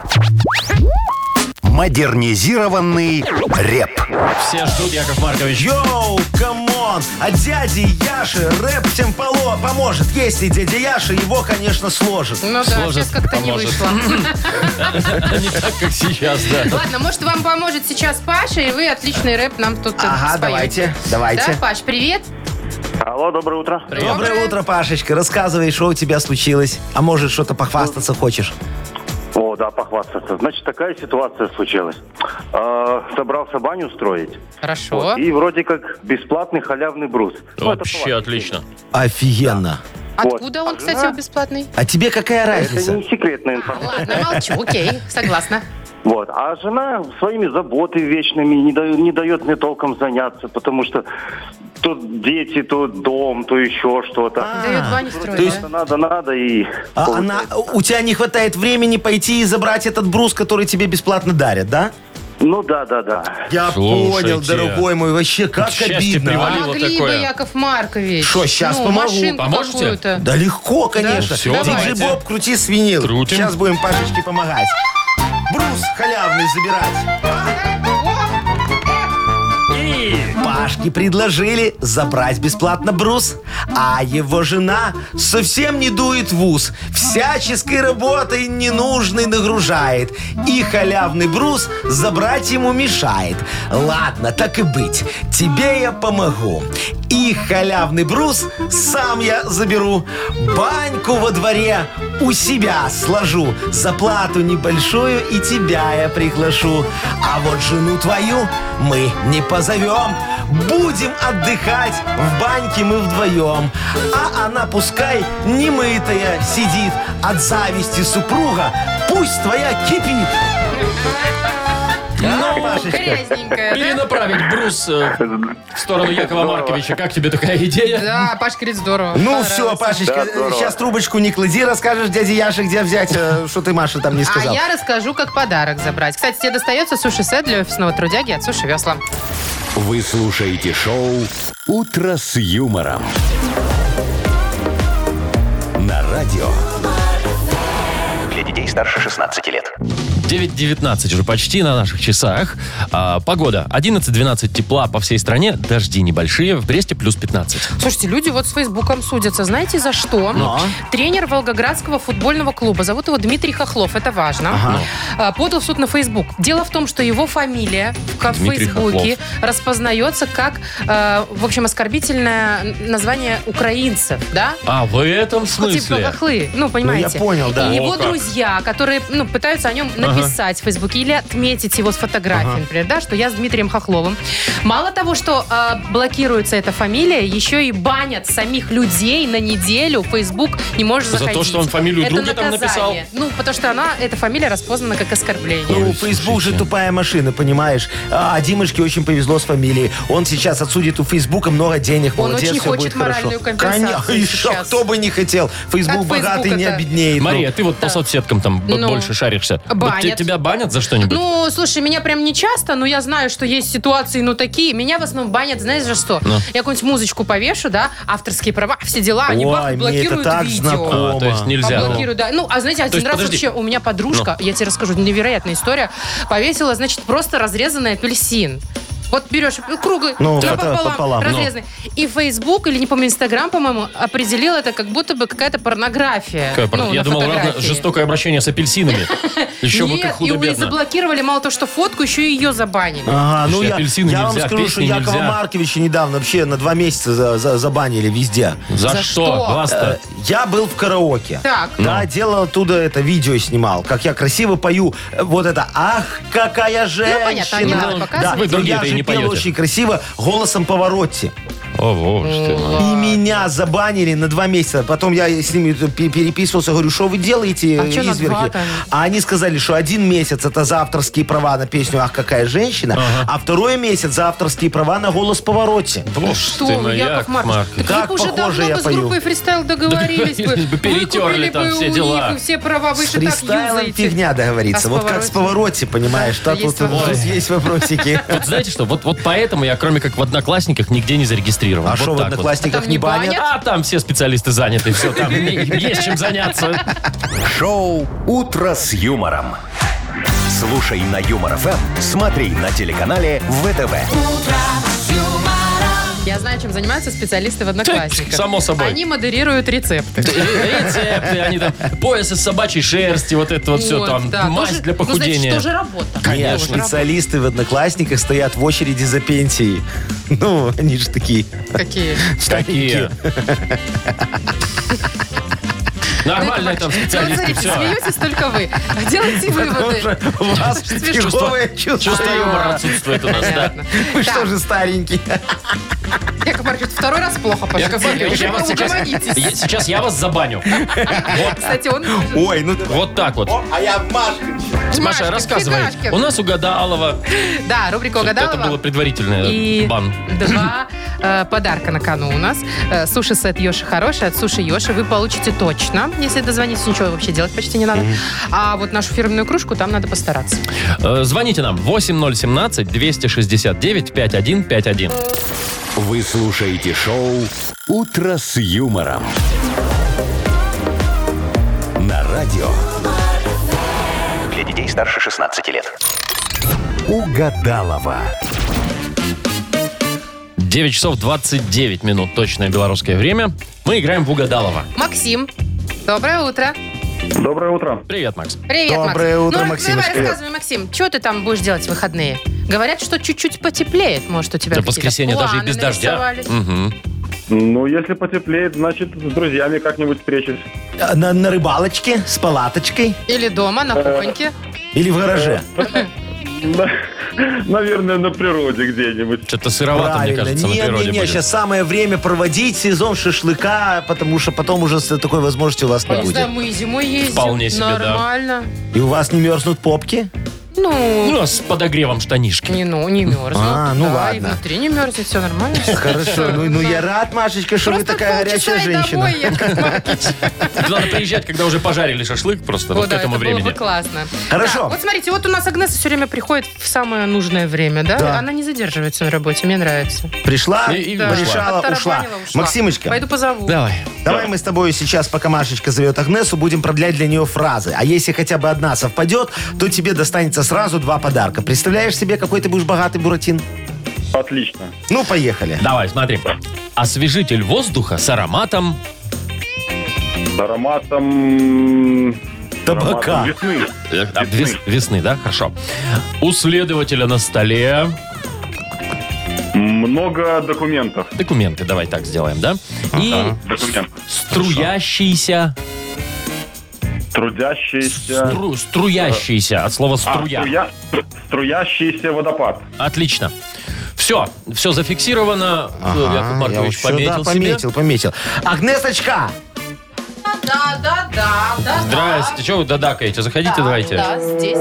[SPEAKER 1] Модернизированный реп.
[SPEAKER 3] Все ждут, Яков Маркович.
[SPEAKER 4] Йоу, камон, от дяди Яши рэп всем поло поможет. Если дядя Яша, его, конечно, сложит.
[SPEAKER 2] Ну да,
[SPEAKER 3] Сложит,
[SPEAKER 2] сейчас как-то не
[SPEAKER 3] поможет.
[SPEAKER 2] вышло.
[SPEAKER 3] Не так, как сейчас, да.
[SPEAKER 2] Ладно, может, вам поможет сейчас Паша, и вы отличный рэп нам тут э,
[SPEAKER 4] Ага,
[SPEAKER 2] споете.
[SPEAKER 4] давайте,
[SPEAKER 2] Да,
[SPEAKER 4] давайте.
[SPEAKER 2] Паш, привет.
[SPEAKER 8] Алло, доброе утро.
[SPEAKER 4] Доброе утро, Пашечка. Рассказывай, что у тебя случилось. А может, что-то похвастаться хочешь?
[SPEAKER 8] О, да, похвастаться. Значит, такая ситуация случилась. Э, собрался баню строить.
[SPEAKER 2] Хорошо.
[SPEAKER 8] И вроде как бесплатный халявный брус. Ну, это
[SPEAKER 3] Вообще
[SPEAKER 8] платный.
[SPEAKER 3] отлично.
[SPEAKER 4] Офигенно.
[SPEAKER 2] Откуда
[SPEAKER 8] вот.
[SPEAKER 2] он,
[SPEAKER 8] А
[SPEAKER 2] кстати,
[SPEAKER 8] жена?
[SPEAKER 2] бесплатный?
[SPEAKER 4] А тебе какая
[SPEAKER 8] Это
[SPEAKER 4] разница?
[SPEAKER 8] не секретная информация.
[SPEAKER 2] Ладно, молчу, окей, согласна.
[SPEAKER 8] Вот. А жена своими заботами вечными не, даю- не дает мне толком заняться, потому что то дети, то дом, то еще что-то.
[SPEAKER 2] Дает баню
[SPEAKER 8] То
[SPEAKER 2] строить,
[SPEAKER 8] есть
[SPEAKER 2] да?
[SPEAKER 8] надо, надо и...
[SPEAKER 4] А она,
[SPEAKER 8] получается.
[SPEAKER 4] у тебя не хватает времени пойти и забрать этот брус, который тебе бесплатно дарят, да?
[SPEAKER 8] Ну да, да, да.
[SPEAKER 4] Я
[SPEAKER 3] Слушайте.
[SPEAKER 4] понял, дорогой мой, вообще как
[SPEAKER 3] Счастье
[SPEAKER 4] обидно.
[SPEAKER 3] привалило.
[SPEAKER 4] а?
[SPEAKER 3] Валило
[SPEAKER 2] Могли бы,
[SPEAKER 3] такое.
[SPEAKER 2] Яков Маркович.
[SPEAKER 4] Шо, щас
[SPEAKER 2] ну,
[SPEAKER 4] помогу.
[SPEAKER 2] машинку
[SPEAKER 3] Поможете?
[SPEAKER 2] какую-то.
[SPEAKER 4] Да легко, конечно.
[SPEAKER 3] всё,
[SPEAKER 4] Диджей
[SPEAKER 3] давайте.
[SPEAKER 4] Боб, крути свинил.
[SPEAKER 3] Крутим.
[SPEAKER 4] Сейчас будем Пашечке помогать. Брус халявный забирать. Пашке предложили забрать бесплатно брус, а его жена совсем не дует в ус, всяческой работой ненужной нагружает, и халявный брус забрать ему мешает. Ладно, так и быть, тебе я помогу. И халявный брус сам я заберу. Баньку во дворе у себя сложу. Заплату небольшую и тебя я приглашу. А вот жену твою мы не позовем. Будем отдыхать в баньке мы вдвоем. А она пускай немытая сидит от зависти супруга. Пусть твоя кипит. Ну, Машечка,
[SPEAKER 2] Грязненькая, да?
[SPEAKER 3] Перенаправить брус э, в сторону Якова Марковича. Как тебе такая идея?
[SPEAKER 2] Да, Пашка говорит, здорово.
[SPEAKER 4] Ну
[SPEAKER 2] Понравилось.
[SPEAKER 4] все, Пашечка,
[SPEAKER 8] Да, здорово.
[SPEAKER 4] сейчас трубочку не клади, расскажешь дяде Яше, где взять, э, что ты Маша там не
[SPEAKER 2] А
[SPEAKER 4] сказал.
[SPEAKER 2] я расскажу, как подарок забрать. Кстати, тебе достается суши-сет для офисного трудяги от Суши Весла.
[SPEAKER 1] Вы слушаете шоу Утро с юмором. На радио.
[SPEAKER 5] Для детей старше 16 лет.
[SPEAKER 3] 9.19 уже почти на наших часах. А, погода. 11-12 тепла по всей стране. Дожди небольшие. В Бресте плюс 15.
[SPEAKER 2] Слушайте, люди вот с Фейсбуком судятся. Знаете, за что?
[SPEAKER 4] Ну.
[SPEAKER 2] Тренер Волгоградского футбольного клуба. Зовут его Дмитрий Хохлов. Это важно. А, Подал в суд на Фейсбук. Дело в том, что его фамилия в ка- в
[SPEAKER 3] Дмитрий
[SPEAKER 2] Фейсбуке распознается как, э, в общем, оскорбительное название украинцев, да?
[SPEAKER 3] А, в этом
[SPEAKER 2] Ну, Типа
[SPEAKER 3] смысле?
[SPEAKER 2] хохлы. Ну, понимаете?
[SPEAKER 4] я понял, да.
[SPEAKER 2] И
[SPEAKER 3] О,
[SPEAKER 2] его
[SPEAKER 3] как.
[SPEAKER 2] друзья, которые ну, пытаются о нем написать в Фейсбуке или отметить его с фотографией, например, да, что я с Дмитрием Хохловым. Мало того, что а, блокируется эта фамилия, еще и банят самих людей на неделю. Фейсбук не может
[SPEAKER 3] За то,
[SPEAKER 2] заходить.
[SPEAKER 3] что он фамилию
[SPEAKER 2] Это
[SPEAKER 3] друга там
[SPEAKER 2] наказание. Ну, потому что она, эта фамилия распознана как оскорбление.
[SPEAKER 4] Ну, Фейсбук же тупая машина, понимаешь? А Димочке очень повезло с фамилией. Он сейчас отсудит у Фейсбука много денег.
[SPEAKER 2] Он
[SPEAKER 4] Молодец,
[SPEAKER 2] очень
[SPEAKER 4] все
[SPEAKER 2] хочет
[SPEAKER 4] будет хорошо.
[SPEAKER 2] моральную компенсацию
[SPEAKER 4] Конечно, еще
[SPEAKER 2] сейчас.
[SPEAKER 4] кто бы не хотел. Фейсбук
[SPEAKER 2] Как
[SPEAKER 4] богатый не
[SPEAKER 2] Фейсбука-то?
[SPEAKER 4] обеднеет. ну.
[SPEAKER 3] Мария, ты вот по соцсеткам там б-
[SPEAKER 2] Ну.
[SPEAKER 3] больше шаришься. Вот те-
[SPEAKER 2] Банят.
[SPEAKER 3] тебя банят за что-нибудь?
[SPEAKER 2] Ну, слушай, меня прям не часто, но я знаю, что есть ситуации, ну, такие. Меня в основном банят, знаешь за что?
[SPEAKER 3] Ну.
[SPEAKER 2] Я какую-нибудь музычку повешу, да, авторские права, все дела, они
[SPEAKER 4] Ой,
[SPEAKER 2] бах,
[SPEAKER 4] мне это
[SPEAKER 2] блокируют
[SPEAKER 4] так
[SPEAKER 2] видео.
[SPEAKER 4] знакомо.
[SPEAKER 3] А, то есть нельзя. да?
[SPEAKER 2] Поблокирую, да. Ну, а знаете, один
[SPEAKER 3] есть,
[SPEAKER 2] раз
[SPEAKER 3] подожди.
[SPEAKER 2] вообще у меня подружка,
[SPEAKER 4] Ну.
[SPEAKER 2] я тебе расскажу, невероятная история, повесила, значит, просто разрезанный апельсин. Вот берешь ну, круглый,
[SPEAKER 4] Ну,
[SPEAKER 2] да,
[SPEAKER 4] это пополам, ну.
[SPEAKER 2] разрезанный. И Facebook, или не помню, Инстаграм, по-моему, определил это как будто бы какая-то порнография.
[SPEAKER 3] Какая пар-
[SPEAKER 2] Ну,
[SPEAKER 3] Я
[SPEAKER 2] на
[SPEAKER 3] думал,
[SPEAKER 2] фотографии.
[SPEAKER 3] равно жестокое обращение с апельсинами. Еще бы как
[SPEAKER 2] Нет, и у- и
[SPEAKER 3] худо-бедно. А,
[SPEAKER 2] заблокировали мало того, что фотку, еще и ее забанили.
[SPEAKER 4] Ага, ну
[SPEAKER 3] Слушай,
[SPEAKER 4] я,
[SPEAKER 3] апельсины
[SPEAKER 4] я вам
[SPEAKER 3] нельзя,
[SPEAKER 4] скажу, что
[SPEAKER 3] песни
[SPEAKER 4] Якова
[SPEAKER 3] нельзя.
[SPEAKER 4] Марковича недавно вообще на два месяца за- за- забанили везде.
[SPEAKER 3] За
[SPEAKER 2] За
[SPEAKER 3] что?
[SPEAKER 2] что?
[SPEAKER 3] Глаз-то?
[SPEAKER 4] Я был в караоке.
[SPEAKER 2] Так.
[SPEAKER 4] Да, делал оттуда это видео снимал, как я красиво пою. Э, Вот это «Ах, какая женщина!»
[SPEAKER 2] Ну, понятно, не надо
[SPEAKER 4] Да,
[SPEAKER 2] показывать.
[SPEAKER 3] Вы
[SPEAKER 4] но я
[SPEAKER 3] другие-то и
[SPEAKER 4] же
[SPEAKER 3] не
[SPEAKER 4] пел
[SPEAKER 3] поете.
[SPEAKER 2] Э,
[SPEAKER 4] очень красиво голосом Поворотти.
[SPEAKER 3] О, Вовочка
[SPEAKER 2] ну,
[SPEAKER 3] ты мой.
[SPEAKER 4] И меня забанили на два месяца. Потом я с ними пе- переписывался, говорю, что вы делаете,
[SPEAKER 2] А чё на
[SPEAKER 4] изверги?»
[SPEAKER 2] два-то?
[SPEAKER 4] А они сказали, что один месяц это за авторские права на песню «Ах, какая женщина», а второй месяц за авторские права на «Голос в повороте».
[SPEAKER 3] Боже
[SPEAKER 2] ну Что
[SPEAKER 3] ты
[SPEAKER 2] вы,
[SPEAKER 3] мой,
[SPEAKER 2] Яков Маркович?
[SPEAKER 3] Маркович.
[SPEAKER 2] Так вы
[SPEAKER 4] Как
[SPEAKER 2] бы уже
[SPEAKER 4] похоже
[SPEAKER 2] давно
[SPEAKER 4] я
[SPEAKER 2] бы с
[SPEAKER 4] пою.
[SPEAKER 2] группой фристайл договорились бы.
[SPEAKER 3] Договорились бы, перетерли
[SPEAKER 2] Выкупили
[SPEAKER 3] там
[SPEAKER 2] бы
[SPEAKER 3] все
[SPEAKER 2] у
[SPEAKER 3] дела.
[SPEAKER 2] них все права. Вы
[SPEAKER 4] С
[SPEAKER 2] же так
[SPEAKER 4] фристайлом
[SPEAKER 2] юзаете.
[SPEAKER 4] фигня договориться.
[SPEAKER 2] А с
[SPEAKER 4] вот как с
[SPEAKER 2] «Повороте»?
[SPEAKER 4] повороте, понимаешь,
[SPEAKER 2] Да,
[SPEAKER 4] так
[SPEAKER 2] есть
[SPEAKER 4] вот вот
[SPEAKER 2] «Поворот».
[SPEAKER 4] здесь есть вопросики.
[SPEAKER 3] Вот знаете что, вот, вот поэтому я, кроме как в Одноклассниках, нигде не зарегистрирован.
[SPEAKER 4] А
[SPEAKER 3] Вот
[SPEAKER 4] что
[SPEAKER 3] так
[SPEAKER 4] в
[SPEAKER 3] вот.
[SPEAKER 4] одноклассниках
[SPEAKER 2] А там
[SPEAKER 4] не
[SPEAKER 2] не
[SPEAKER 4] банят?
[SPEAKER 2] банят?
[SPEAKER 3] А там все специалисты заняты, все, там не- есть чем заняться.
[SPEAKER 1] Шоу «Утро с юмором». Слушай на Юмор ФМ, смотри на телеканале ВТВ.
[SPEAKER 2] Я знаю, чем занимаются специалисты в одноклассниках.
[SPEAKER 3] само собой.
[SPEAKER 2] Они модерируют рецепты.
[SPEAKER 3] Рецепты, они там, пояс из собачьей шерсти, вот это вот все
[SPEAKER 2] Вот,
[SPEAKER 3] там,
[SPEAKER 2] да,
[SPEAKER 3] мазь
[SPEAKER 2] тоже-
[SPEAKER 3] для
[SPEAKER 2] ну, значит,
[SPEAKER 3] похудения.
[SPEAKER 2] тоже работа.
[SPEAKER 4] Нет,
[SPEAKER 2] Тоже работа.
[SPEAKER 4] специалисты в одноклассниках стоят в очереди за пенсией. Ну, они же такие.
[SPEAKER 2] Какие?
[SPEAKER 3] Какие? Нормальные там
[SPEAKER 2] Ну, Вот
[SPEAKER 3] специалисты,
[SPEAKER 2] смотрите,
[SPEAKER 3] все.
[SPEAKER 2] смеетесь только вы. А делайте выводы.
[SPEAKER 4] У Ну, вас
[SPEAKER 2] Смешно.
[SPEAKER 4] фиговое чувство.
[SPEAKER 3] Чувство юмора отсутствует у нас, да.
[SPEAKER 2] Понятно.
[SPEAKER 4] Вы
[SPEAKER 2] Так,
[SPEAKER 4] что же старенький?
[SPEAKER 2] Яков Маркович, второй раз плохо пошутили.
[SPEAKER 3] Яков Маркович,
[SPEAKER 2] Уже
[SPEAKER 3] я вас сейчас,
[SPEAKER 2] угомонитесь.
[SPEAKER 3] я- сейчас я вас забаню.
[SPEAKER 2] Кстати, он...
[SPEAKER 4] Ой, ну...
[SPEAKER 3] Вот так вот.
[SPEAKER 4] А я Машка.
[SPEAKER 3] Маша,
[SPEAKER 2] Машкин,
[SPEAKER 3] рассказывай.
[SPEAKER 2] фигашкин.
[SPEAKER 3] У нас угадалова.
[SPEAKER 2] Да, рубрика угадала
[SPEAKER 3] Это было
[SPEAKER 2] вам.
[SPEAKER 3] предварительное
[SPEAKER 2] И
[SPEAKER 3] бан.
[SPEAKER 2] два э, подарка на кону у нас. Э, суши-сет Йоши хороший. От Суши Йоши вы получите точно. Если дозвонитесь, ничего вообще делать почти не надо. А вот нашу фирменную кружку там надо постараться.
[SPEAKER 3] Э, Звоните нам 8017-269-5151.
[SPEAKER 1] Вы слушаете шоу «Утро с юмором». На радио
[SPEAKER 5] Для детей старше 16 лет.
[SPEAKER 1] «Угадалова».
[SPEAKER 3] 9 часов 29 минут, точное белорусское время. Мы играем в Угадалова.
[SPEAKER 2] Максим, доброе утро.
[SPEAKER 8] Доброе утро.
[SPEAKER 3] Привет, Макс.
[SPEAKER 2] Привет, Макс.
[SPEAKER 4] Доброе утро,
[SPEAKER 2] ну,
[SPEAKER 4] Максимочка.
[SPEAKER 2] давай рассказывай, Максим, что ты там будешь делать в выходные? Говорят, что чуть-чуть потеплеет, может, у тебя
[SPEAKER 3] До
[SPEAKER 2] какие-то
[SPEAKER 3] воскресенья даже и
[SPEAKER 2] планы
[SPEAKER 3] без дождя.
[SPEAKER 2] нарисовались.
[SPEAKER 3] Мгм.
[SPEAKER 8] Ну, если потеплеет, значит, с друзьями как-нибудь встречусь.
[SPEAKER 4] А, На, на рыбалочке с палаточкой
[SPEAKER 2] Или дома,
[SPEAKER 4] Э,
[SPEAKER 2] на кухоньке.
[SPEAKER 4] или в гараже?
[SPEAKER 3] Э,
[SPEAKER 8] Наверное, на природе где-нибудь.
[SPEAKER 3] Что-то сыровато, мне кажется, на
[SPEAKER 4] Нет,
[SPEAKER 3] природе
[SPEAKER 4] нет, нет,
[SPEAKER 3] будет.
[SPEAKER 4] сейчас самое время проводить сезон шашлыка, потому что потом уже с такой возможности у вас
[SPEAKER 2] Я
[SPEAKER 4] не
[SPEAKER 2] не знаю,
[SPEAKER 4] будет.
[SPEAKER 2] мы и зимой ездим.
[SPEAKER 3] Вполне себе, да.
[SPEAKER 2] Нормально.
[SPEAKER 4] И у вас не мерзнут попки?
[SPEAKER 2] Ну,
[SPEAKER 3] Ну, а с подогревом штанишки.
[SPEAKER 2] не, ну, не мерзнут.
[SPEAKER 4] А, ну
[SPEAKER 2] да, и
[SPEAKER 4] ладно.
[SPEAKER 2] внутри не мерзнет, все нормально.
[SPEAKER 4] Хорошо, ну, ну я рад, Машечка, что вы
[SPEAKER 2] Просто
[SPEAKER 4] такая
[SPEAKER 2] полчаса
[SPEAKER 4] горячая
[SPEAKER 2] и
[SPEAKER 4] женщина.
[SPEAKER 2] домой, Яков Маркович.
[SPEAKER 3] Тут надо приезжать, когда уже пожарили шашлык просто
[SPEAKER 2] О,
[SPEAKER 3] вот к
[SPEAKER 2] да,
[SPEAKER 3] этому
[SPEAKER 2] это было
[SPEAKER 3] времени.
[SPEAKER 2] бы классно.
[SPEAKER 4] Хорошо.
[SPEAKER 2] Да, вот смотрите, вот у нас Агнеса все время приходит в самое нужное время, да?
[SPEAKER 4] Да.
[SPEAKER 2] Она не задерживается на работе, мне нравится.
[SPEAKER 4] Пришла,
[SPEAKER 3] И- и
[SPEAKER 2] Да.
[SPEAKER 4] решала, А, ушла.
[SPEAKER 2] Оттарабанила,
[SPEAKER 4] Максимочка,
[SPEAKER 2] Пойду позову.
[SPEAKER 3] Давай.
[SPEAKER 4] Давай мы с тобой сейчас, пока Машечка зовет Агнесу, будем продлять для нее фразы. А если хотя бы одна совпадет, то тебе достанется сразу два подарка. Представляешь себе, какой ты будешь богатый, Буратин?
[SPEAKER 8] Отлично.
[SPEAKER 4] Ну, поехали.
[SPEAKER 3] Давай, смотри. Освежитель воздуха с ароматом...
[SPEAKER 8] С ароматом...
[SPEAKER 4] Табака.
[SPEAKER 8] ароматом Весны.
[SPEAKER 3] э, а, вес- весны, да? Хорошо. У следователя на столе...
[SPEAKER 8] Много документов.
[SPEAKER 3] Документы, давай так сделаем, да? И
[SPEAKER 8] Документов.
[SPEAKER 3] струящийся...
[SPEAKER 8] Трудящийся...
[SPEAKER 3] стру- струящийся, от слова
[SPEAKER 8] А,
[SPEAKER 3] струя.
[SPEAKER 8] струя- Струящийся водопад.
[SPEAKER 3] Отлично. Все, все зафиксировано.
[SPEAKER 4] Ага,
[SPEAKER 3] Яков Маркович
[SPEAKER 4] я вот всё,
[SPEAKER 3] пометил
[SPEAKER 4] да,
[SPEAKER 3] себе.
[SPEAKER 4] пометил, пометил. Агнесочка!
[SPEAKER 2] Да, да, да, да.
[SPEAKER 3] Здрасте, что вы додакаете? Заходите, давайте.
[SPEAKER 2] Да, здесь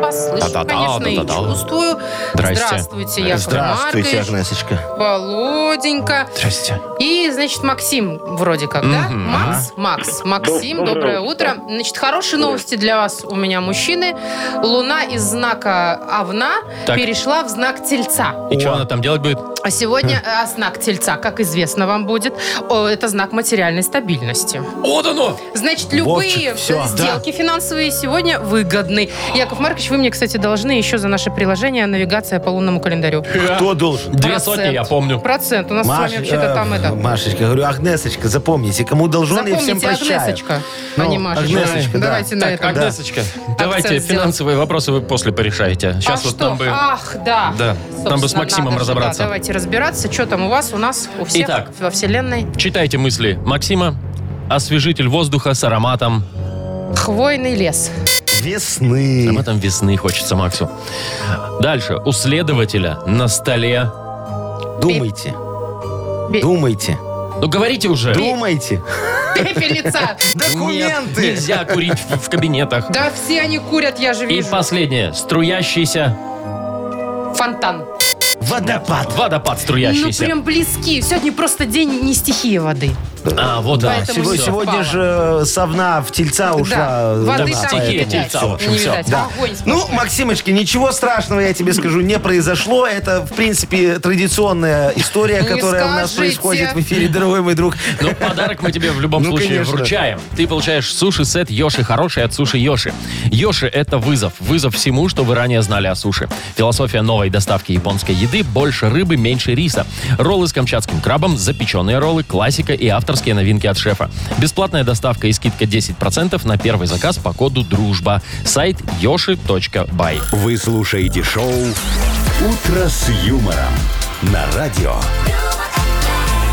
[SPEAKER 2] послышу,
[SPEAKER 3] Да-да-да,
[SPEAKER 2] конечно, и
[SPEAKER 3] да-да-да.
[SPEAKER 2] чувствую.
[SPEAKER 3] Здрасте.
[SPEAKER 2] Здравствуйте, Яков
[SPEAKER 4] Здравствуйте,
[SPEAKER 2] Маркович,
[SPEAKER 4] Агнесочка.
[SPEAKER 2] Володенька.
[SPEAKER 3] Здрасте.
[SPEAKER 2] И, значит, Максим вроде как, да?
[SPEAKER 3] Мгм.
[SPEAKER 2] Макс, Макс, Максим, доброе утро. Значит, хорошие новости для вас у меня, мужчины. Луна из знака Овна
[SPEAKER 3] Так.
[SPEAKER 2] перешла в знак Тельца.
[SPEAKER 3] И что она там делать будет?
[SPEAKER 2] А сегодня а, знак Тельца, как известно вам будет, о, это знак материальной стабильности.
[SPEAKER 3] Вот оно!
[SPEAKER 2] Значит, любые
[SPEAKER 4] Вовчик, всё.
[SPEAKER 2] сделки финансовые сегодня выгодны. Яков Маркович, вы мне, кстати, должны еще за наше приложение «Навигация по лунному календарю».
[SPEAKER 4] Кто должен?
[SPEAKER 3] Две
[SPEAKER 2] Процент.
[SPEAKER 3] сотни, я помню.
[SPEAKER 2] Процент. У нас с
[SPEAKER 4] Маш-
[SPEAKER 2] вами вообще-то там
[SPEAKER 4] э,
[SPEAKER 2] это...
[SPEAKER 4] Машечка, говорю, Агнесочка, запомните, кому
[SPEAKER 3] Ну,
[SPEAKER 4] должен, я всем
[SPEAKER 2] Запомните,
[SPEAKER 4] прощаю.
[SPEAKER 2] Агнесочка, а
[SPEAKER 4] Ну,
[SPEAKER 2] не Маша.
[SPEAKER 4] Агнесочка, да.
[SPEAKER 2] Давайте на
[SPEAKER 3] Так,
[SPEAKER 2] этом.
[SPEAKER 3] Агнесочка, давайте
[SPEAKER 2] сделаем.
[SPEAKER 3] финансовые вопросы вы после порешаете. Сейчас
[SPEAKER 2] а
[SPEAKER 3] вот
[SPEAKER 2] что?
[SPEAKER 3] там бы...
[SPEAKER 2] Ах, да.
[SPEAKER 3] Да, там бы с
[SPEAKER 2] Собственно,
[SPEAKER 3] Максимом
[SPEAKER 2] надо же,
[SPEAKER 3] разобраться.
[SPEAKER 2] да, давайте разбираться, что там у вас, у нас, у всех
[SPEAKER 3] Итак.
[SPEAKER 2] во вселенной.
[SPEAKER 3] Читайте мысли Максима. Освежитель воздуха с ароматом...
[SPEAKER 2] Хвойный лес.
[SPEAKER 4] Весны.
[SPEAKER 3] Ароматом весны хочется Максу. Дальше. У следователя на столе...
[SPEAKER 4] А Думайте. Думайте.
[SPEAKER 3] Ну говорите уже.
[SPEAKER 4] Думайте.
[SPEAKER 2] Пепельница.
[SPEAKER 3] Нет, нельзя курить в, в кабинетах.
[SPEAKER 2] Да все они курят, я же
[SPEAKER 3] И
[SPEAKER 2] вижу.
[SPEAKER 3] последнее. Струящийся
[SPEAKER 2] Фонтан.
[SPEAKER 4] Водопад.
[SPEAKER 3] водопад
[SPEAKER 2] Ну,
[SPEAKER 3] струящийся.
[SPEAKER 2] прям близки. Сегодня просто день не стихии воды.
[SPEAKER 3] А, вот да. Всё.
[SPEAKER 2] Поэтому
[SPEAKER 4] Сего-
[SPEAKER 2] всё.
[SPEAKER 4] Сегодня же э, совна в тельца ушла.
[SPEAKER 2] Да,
[SPEAKER 4] э,
[SPEAKER 2] воды
[SPEAKER 4] да,
[SPEAKER 2] там
[SPEAKER 3] стихия
[SPEAKER 2] не
[SPEAKER 4] поэтому
[SPEAKER 2] видать.
[SPEAKER 3] тельца, в общем,
[SPEAKER 2] Не
[SPEAKER 3] всё.
[SPEAKER 2] видать.
[SPEAKER 4] Да.
[SPEAKER 2] Огонь
[SPEAKER 4] Ну,
[SPEAKER 2] сплошной.
[SPEAKER 4] Максимочки, ничего страшного, я тебе скажу, не произошло. Это, в принципе, традиционная история,
[SPEAKER 2] Не
[SPEAKER 4] которая у нас
[SPEAKER 2] скажите.
[SPEAKER 4] происходит в эфире, дорогой мой друг.
[SPEAKER 3] Ну, подарок мы тебе в любом
[SPEAKER 4] Ну,
[SPEAKER 3] случае
[SPEAKER 4] конечно.
[SPEAKER 3] вручаем. Ты получаешь суши-сет Йоши Хороший от Суши Йоши. Йоши – это вызов. Вызов всему, что вы ранее знали о суши. Философия новой доставки японской еды – больше рыбы, меньше риса. Роллы с камчатским крабом, запеченные роллы, классика и авторские новинки от шефа. Бесплатная доставка и скидка 10% на первый заказ по коду «Дружба». Сайт yoshi.by.
[SPEAKER 1] Вы слушаете шоу «Утро с юмором» на радио.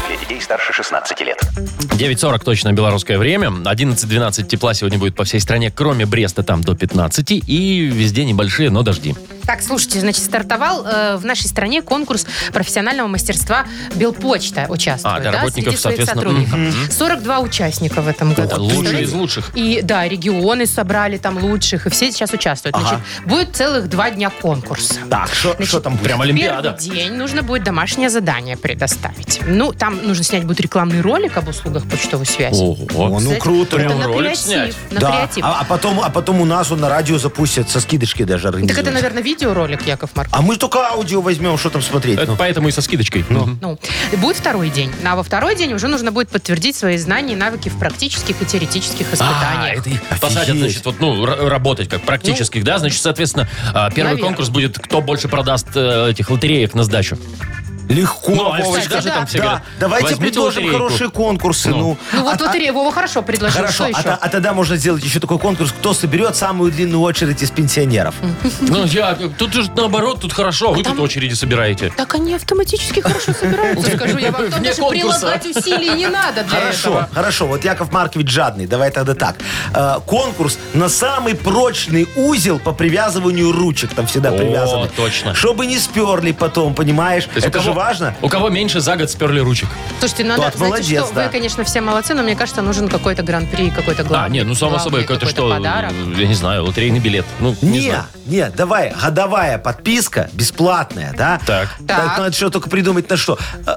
[SPEAKER 5] Для детей старше 16 лет.
[SPEAKER 3] 9.40 точно белорусское время. 11.12 тепла сегодня будет по всей стране, кроме Бреста, там до 15. И везде небольшие, но дожди.
[SPEAKER 2] Так, слушайте, значит, стартовал э, в нашей стране конкурс профессионального мастерства Белпочта участвует.
[SPEAKER 3] А, для работников,
[SPEAKER 2] среди своих
[SPEAKER 3] соответственно,
[SPEAKER 2] сотрудников. 42 участника в этом году.
[SPEAKER 3] Вот, лучшие
[SPEAKER 2] Представляете?
[SPEAKER 3] из лучших.
[SPEAKER 2] И да, регионы собрали там лучших, и все сейчас участвуют. Значит, будет целых два дня конкурса.
[SPEAKER 4] Так, что там?
[SPEAKER 3] Прям Олимпиада.
[SPEAKER 2] Первый день нужно будет домашнее задание предоставить. Ну, там нужно снять будет рекламный ролик об услугах почтовой связи.
[SPEAKER 3] Ого.
[SPEAKER 4] О, ну
[SPEAKER 2] Кстати,
[SPEAKER 4] круто.
[SPEAKER 2] это
[SPEAKER 3] Прям
[SPEAKER 2] на
[SPEAKER 3] ролик
[SPEAKER 2] креатив,
[SPEAKER 3] снять.
[SPEAKER 2] на
[SPEAKER 4] да.
[SPEAKER 2] креатив.
[SPEAKER 4] А, а потом, а потом у нас он на радио запустят со скидочки даже
[SPEAKER 2] Так это,
[SPEAKER 4] организуют.
[SPEAKER 2] наверное, видеоролик, Яков Марк.
[SPEAKER 4] А мы только аудио возьмем, что там смотреть?
[SPEAKER 3] Это
[SPEAKER 4] ну?
[SPEAKER 3] поэтому и со скидочкой. Мгм.
[SPEAKER 2] Ну, будет второй день. А во второй день уже нужно будет подтвердить свои знания и навыки в практических и теоретических
[SPEAKER 3] А,
[SPEAKER 2] испытаниях.
[SPEAKER 3] это их посадят,
[SPEAKER 4] Офигеть. Ну.
[SPEAKER 3] значит, вот, ну, р- работать как практических, да? Значит, соответственно, а, первый
[SPEAKER 2] Наверное.
[SPEAKER 3] конкурс будет, кто больше продаст э, этих лотереек на сдачу.
[SPEAKER 4] Легко.
[SPEAKER 3] Ну, а
[SPEAKER 4] Вовочка.
[SPEAKER 3] всегда же там все
[SPEAKER 4] Да,
[SPEAKER 3] говорят,
[SPEAKER 4] давайте
[SPEAKER 3] возьмите
[SPEAKER 4] предложим
[SPEAKER 3] лотерейку.
[SPEAKER 4] хорошие конкурсы.
[SPEAKER 3] Ну.
[SPEAKER 4] Ну,
[SPEAKER 2] Ну
[SPEAKER 4] А-
[SPEAKER 2] вот лотерея Вова хорошо предложил.
[SPEAKER 4] Хорошо,
[SPEAKER 2] что
[SPEAKER 4] а,
[SPEAKER 2] еще?
[SPEAKER 4] та- а тогда можно сделать еще такой конкурс, кто соберет самую длинную очередь из пенсионеров.
[SPEAKER 3] Ну, я, тут же наоборот, тут хорошо,
[SPEAKER 4] А
[SPEAKER 3] вы тут очереди собираете.
[SPEAKER 2] Так они автоматически хорошо собираются, скажу я вам. Там
[SPEAKER 3] Вне
[SPEAKER 2] даже
[SPEAKER 3] конкурса.
[SPEAKER 2] прилагать усилий не надо для
[SPEAKER 4] Хорошо,
[SPEAKER 2] этого.
[SPEAKER 4] хорошо. Вот Яков Маркович жадный. Давай тогда так. Э, конкурс на самый прочный узел по привязыванию ручек. Там всегда
[SPEAKER 3] О,
[SPEAKER 4] привязаны.
[SPEAKER 3] точно.
[SPEAKER 4] Чтобы не сперли потом, понимаешь?
[SPEAKER 3] То есть
[SPEAKER 4] Это
[SPEAKER 3] у
[SPEAKER 4] же
[SPEAKER 3] кого-
[SPEAKER 4] важно.
[SPEAKER 3] У кого меньше за год сперли ручек?
[SPEAKER 2] Слушайте, ну, надо,
[SPEAKER 4] Тот
[SPEAKER 2] знаете
[SPEAKER 4] молодец,
[SPEAKER 2] что,
[SPEAKER 4] да.
[SPEAKER 2] вы, конечно, все молодцы, но мне кажется, нужен какой-то гран-при, какой-то главный.
[SPEAKER 3] А, нет, ну, само
[SPEAKER 2] главный
[SPEAKER 3] собой, это
[SPEAKER 2] какой-то
[SPEAKER 3] что,
[SPEAKER 2] подарок.
[SPEAKER 3] я не знаю, лотерейный билет. Ну, не
[SPEAKER 4] Не,
[SPEAKER 3] знаю.
[SPEAKER 4] не, давай, годовая подписка, бесплатная, да?
[SPEAKER 3] Так.
[SPEAKER 2] Так.
[SPEAKER 4] надо что только придумать на что. Э,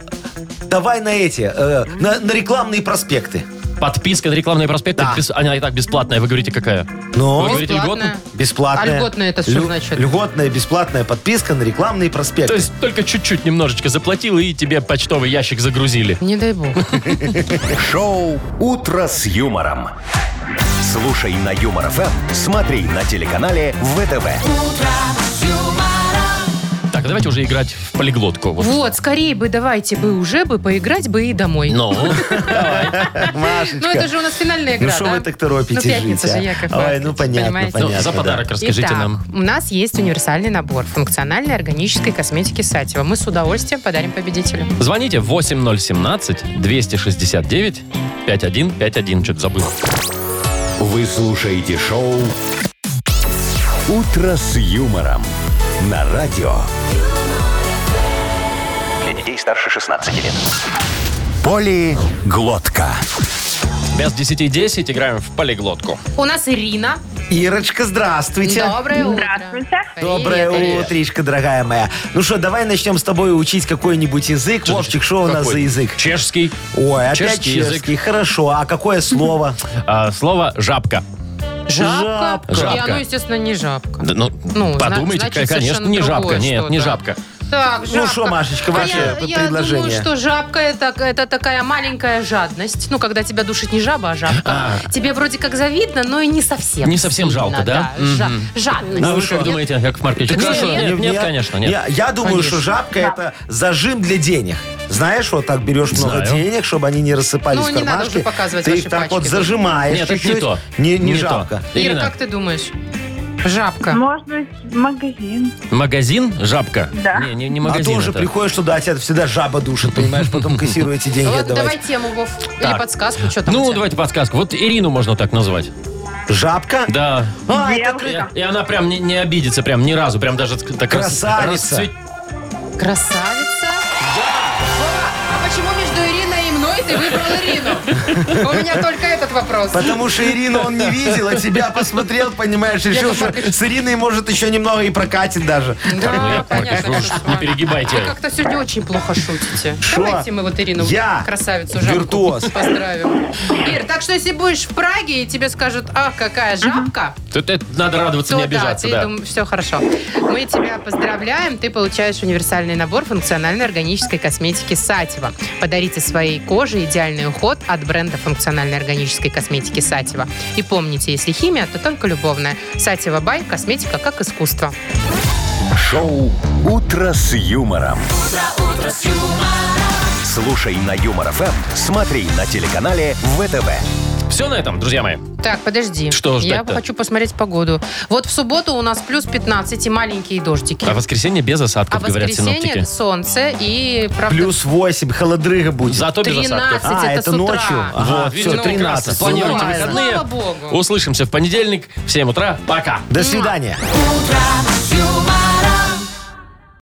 [SPEAKER 4] Давай на эти, э, на, на рекламные проспекты.
[SPEAKER 3] Подписка на рекламные проспекты,
[SPEAKER 4] Да.
[SPEAKER 3] бес- она и так бесплатная, вы говорите, какая?
[SPEAKER 4] Ну?
[SPEAKER 3] Вы говорите,
[SPEAKER 2] Бесплатная.
[SPEAKER 3] льготная?
[SPEAKER 4] Бесплатная.
[SPEAKER 2] А льготная это что значит?
[SPEAKER 4] Льготная, бесплатная подписка на рекламные проспекты.
[SPEAKER 3] То есть только чуть-чуть немножечко заплатил, и тебе почтовый ящик загрузили.
[SPEAKER 2] Не дай бог.
[SPEAKER 1] Шоу «Утро с юмором». Слушай на Юмор ФМ, смотри на телеканале ВТВ.
[SPEAKER 3] Так, давайте уже играть в полиглотку. Вот.
[SPEAKER 2] Вот, скорее бы давайте бы уже бы поиграть бы и домой.
[SPEAKER 3] Ну,
[SPEAKER 4] Машечка.
[SPEAKER 2] Ну, это же у нас финальная игра,
[SPEAKER 4] Ну, что
[SPEAKER 2] да?
[SPEAKER 4] вы так торопитесь
[SPEAKER 2] Ну, пятница
[SPEAKER 4] жить, а?
[SPEAKER 2] же, Яков
[SPEAKER 4] Ой,
[SPEAKER 2] Маркович,
[SPEAKER 4] ну, понятно,
[SPEAKER 2] понимаете?
[SPEAKER 3] ну, за
[SPEAKER 4] Понятно,
[SPEAKER 3] подарок расскажите
[SPEAKER 2] Итак,
[SPEAKER 3] нам.
[SPEAKER 2] у нас есть универсальный набор функциональной органической косметики Сатева. Мы с удовольствием подарим победителю.
[SPEAKER 3] Звоните 8017-269-5151. Что-то забыл.
[SPEAKER 1] Вы слушаете шоу «Утро с юмором» на радио.
[SPEAKER 5] Для детей старше 16 лет.
[SPEAKER 1] Полиглотка.
[SPEAKER 3] Без 10.10 играем в полиглотку.
[SPEAKER 2] У нас Ирина.
[SPEAKER 4] Ирочка, здравствуйте.
[SPEAKER 2] Доброе утро.
[SPEAKER 6] Здравствуйте.
[SPEAKER 4] Доброе
[SPEAKER 2] Привет.
[SPEAKER 4] утречко, дорогая моя. Ну что, давай начнем с тобой учить какой-нибудь язык. Вовчик, что у нас за
[SPEAKER 3] Какой?
[SPEAKER 4] язык?
[SPEAKER 3] Чешский.
[SPEAKER 4] Ой, опять
[SPEAKER 3] Чешский язык.
[SPEAKER 4] чешский. Хорошо, а какое слово?
[SPEAKER 3] А, слово «жабка».
[SPEAKER 2] Жабка.
[SPEAKER 3] Жабка.
[SPEAKER 2] И оно, естественно, не жабка.
[SPEAKER 3] Да, Ну,
[SPEAKER 2] Ну, зна-
[SPEAKER 3] подумайте,
[SPEAKER 2] значит,
[SPEAKER 3] конечно,
[SPEAKER 2] совершенно
[SPEAKER 3] не
[SPEAKER 2] другое
[SPEAKER 3] жабка. Нет, не
[SPEAKER 2] что-то.
[SPEAKER 3] жабка.
[SPEAKER 2] Так, жабка.
[SPEAKER 4] Ну что, Машечка,
[SPEAKER 2] А
[SPEAKER 4] ваше
[SPEAKER 2] я-
[SPEAKER 4] предложение?
[SPEAKER 2] Я думаю, что жабка это, это такая маленькая жадность. Ну, когда тебя душит не жаба, а жабка.
[SPEAKER 3] А.
[SPEAKER 2] Тебе вроде как завидно, но и не совсем.
[SPEAKER 3] Не совсем
[SPEAKER 2] сильно,
[SPEAKER 3] жалко, да?
[SPEAKER 2] да? жа-
[SPEAKER 3] Мгм.
[SPEAKER 2] Жадность.
[SPEAKER 3] Ну, вы как
[SPEAKER 2] Нет?
[SPEAKER 3] думаете, Яков Маркович?
[SPEAKER 2] Так
[SPEAKER 3] Хорошо.
[SPEAKER 2] нет,
[SPEAKER 3] Нет, нет,
[SPEAKER 4] Я-
[SPEAKER 3] конечно, нет.
[SPEAKER 4] Я, я думаю,
[SPEAKER 2] Конечно.
[SPEAKER 4] что жабка это зажим для денег. Знаешь, вот так берешь много
[SPEAKER 3] Знаю.
[SPEAKER 4] денег, чтобы они не рассыпались
[SPEAKER 2] Ну,
[SPEAKER 4] в
[SPEAKER 2] не надо
[SPEAKER 4] кармашке.
[SPEAKER 2] уже показывать
[SPEAKER 4] ты
[SPEAKER 2] ваши
[SPEAKER 4] их так вот
[SPEAKER 2] пачки.
[SPEAKER 4] зажимаешь
[SPEAKER 3] Нет, это не
[SPEAKER 4] чуть-чуть.
[SPEAKER 3] то.
[SPEAKER 4] Не, не
[SPEAKER 3] то.
[SPEAKER 4] жабка. А
[SPEAKER 2] Ира,
[SPEAKER 3] Ирина,
[SPEAKER 2] как ты думаешь? Жабка.
[SPEAKER 6] Может быть, магазин.
[SPEAKER 3] магазин «Жабка»?
[SPEAKER 6] Да.
[SPEAKER 3] Не, не, не
[SPEAKER 4] А
[SPEAKER 3] магазин
[SPEAKER 4] тоже
[SPEAKER 3] это.
[SPEAKER 4] приходишь туда, а тебя всегда жаба душит, понимаешь, потом кассируете деньги
[SPEAKER 2] Вот давай
[SPEAKER 4] отдавать.
[SPEAKER 2] тему, Вов. Или
[SPEAKER 3] Так.
[SPEAKER 2] подсказку, что там у
[SPEAKER 3] Ну,
[SPEAKER 2] тебя?
[SPEAKER 3] давайте подсказку. Вот Ирину можно так назвать.
[SPEAKER 4] Жабка?
[SPEAKER 3] Да.
[SPEAKER 4] А, это
[SPEAKER 3] И, и она прям не, не обидится, прям ни разу, прям даже так рас-
[SPEAKER 4] Красавица.
[SPEAKER 3] расцвет-
[SPEAKER 2] Красавица. А почему между ты выбрал Ирину? У меня только этот вопрос.
[SPEAKER 4] Потому что Ирину он не видел, а тебя посмотрел, понимаешь, решил,
[SPEAKER 2] Яков
[SPEAKER 4] что
[SPEAKER 2] Маркович.
[SPEAKER 4] с Ириной, может, еще немного и прокатит даже.
[SPEAKER 2] Да,
[SPEAKER 3] Ну,
[SPEAKER 4] ну,
[SPEAKER 3] Яков Маркович,
[SPEAKER 2] конечно.
[SPEAKER 3] вы уж
[SPEAKER 2] конечно.
[SPEAKER 3] не перегибайте.
[SPEAKER 2] Вы как-то сегодня очень плохо шутите.
[SPEAKER 4] Шо?
[SPEAKER 2] Давайте мы вот Ирину,
[SPEAKER 4] Я
[SPEAKER 2] красавицу, жабку,
[SPEAKER 4] виртуоз.
[SPEAKER 2] поздравим. Ир, так что если будешь в Праге, и тебе скажут, ах, какая жабка,
[SPEAKER 3] Тут это надо радоваться,
[SPEAKER 2] то
[SPEAKER 3] не обижаться, да.
[SPEAKER 2] все хорошо. Мы тебя поздравляем. Ты получаешь универсальный набор функциональной органической косметики Сатива. Подарите своей коже идеальный уход от бренда функциональной органической косметики Сатива. И помните, если химия, то только любовная. Сатива Бай – косметика как искусство.
[SPEAKER 1] Шоу «Утро с юмором». Слушай на Юмор ФМ, смотри на телеканале ВТВ.
[SPEAKER 3] Все на этом, друзья мои.
[SPEAKER 2] Так, подожди.
[SPEAKER 3] Что
[SPEAKER 2] Я
[SPEAKER 3] ждать-то?
[SPEAKER 2] хочу посмотреть погоду. Вот в субботу у нас плюс 15 и маленькие дождики.
[SPEAKER 3] А воскресенье без
[SPEAKER 2] А
[SPEAKER 3] осадков,
[SPEAKER 2] в
[SPEAKER 3] говорят
[SPEAKER 2] воскресенье
[SPEAKER 3] синоптики.
[SPEAKER 2] солнце и, правда,
[SPEAKER 4] Плюс 8, холодрыга будет.
[SPEAKER 3] Зато без
[SPEAKER 2] 13.
[SPEAKER 3] осадков.
[SPEAKER 4] а,
[SPEAKER 2] это
[SPEAKER 4] это,
[SPEAKER 2] с утра.
[SPEAKER 4] ночью? Ага,
[SPEAKER 3] Вот,
[SPEAKER 4] все,
[SPEAKER 3] видите,
[SPEAKER 4] 13.
[SPEAKER 3] Планируйте
[SPEAKER 4] Нормально.
[SPEAKER 2] Слава
[SPEAKER 3] выходные.
[SPEAKER 2] богу.
[SPEAKER 3] Услышимся в понедельник в 7 утра. Пока.
[SPEAKER 4] До свидания.
[SPEAKER 9] Утро с юмором.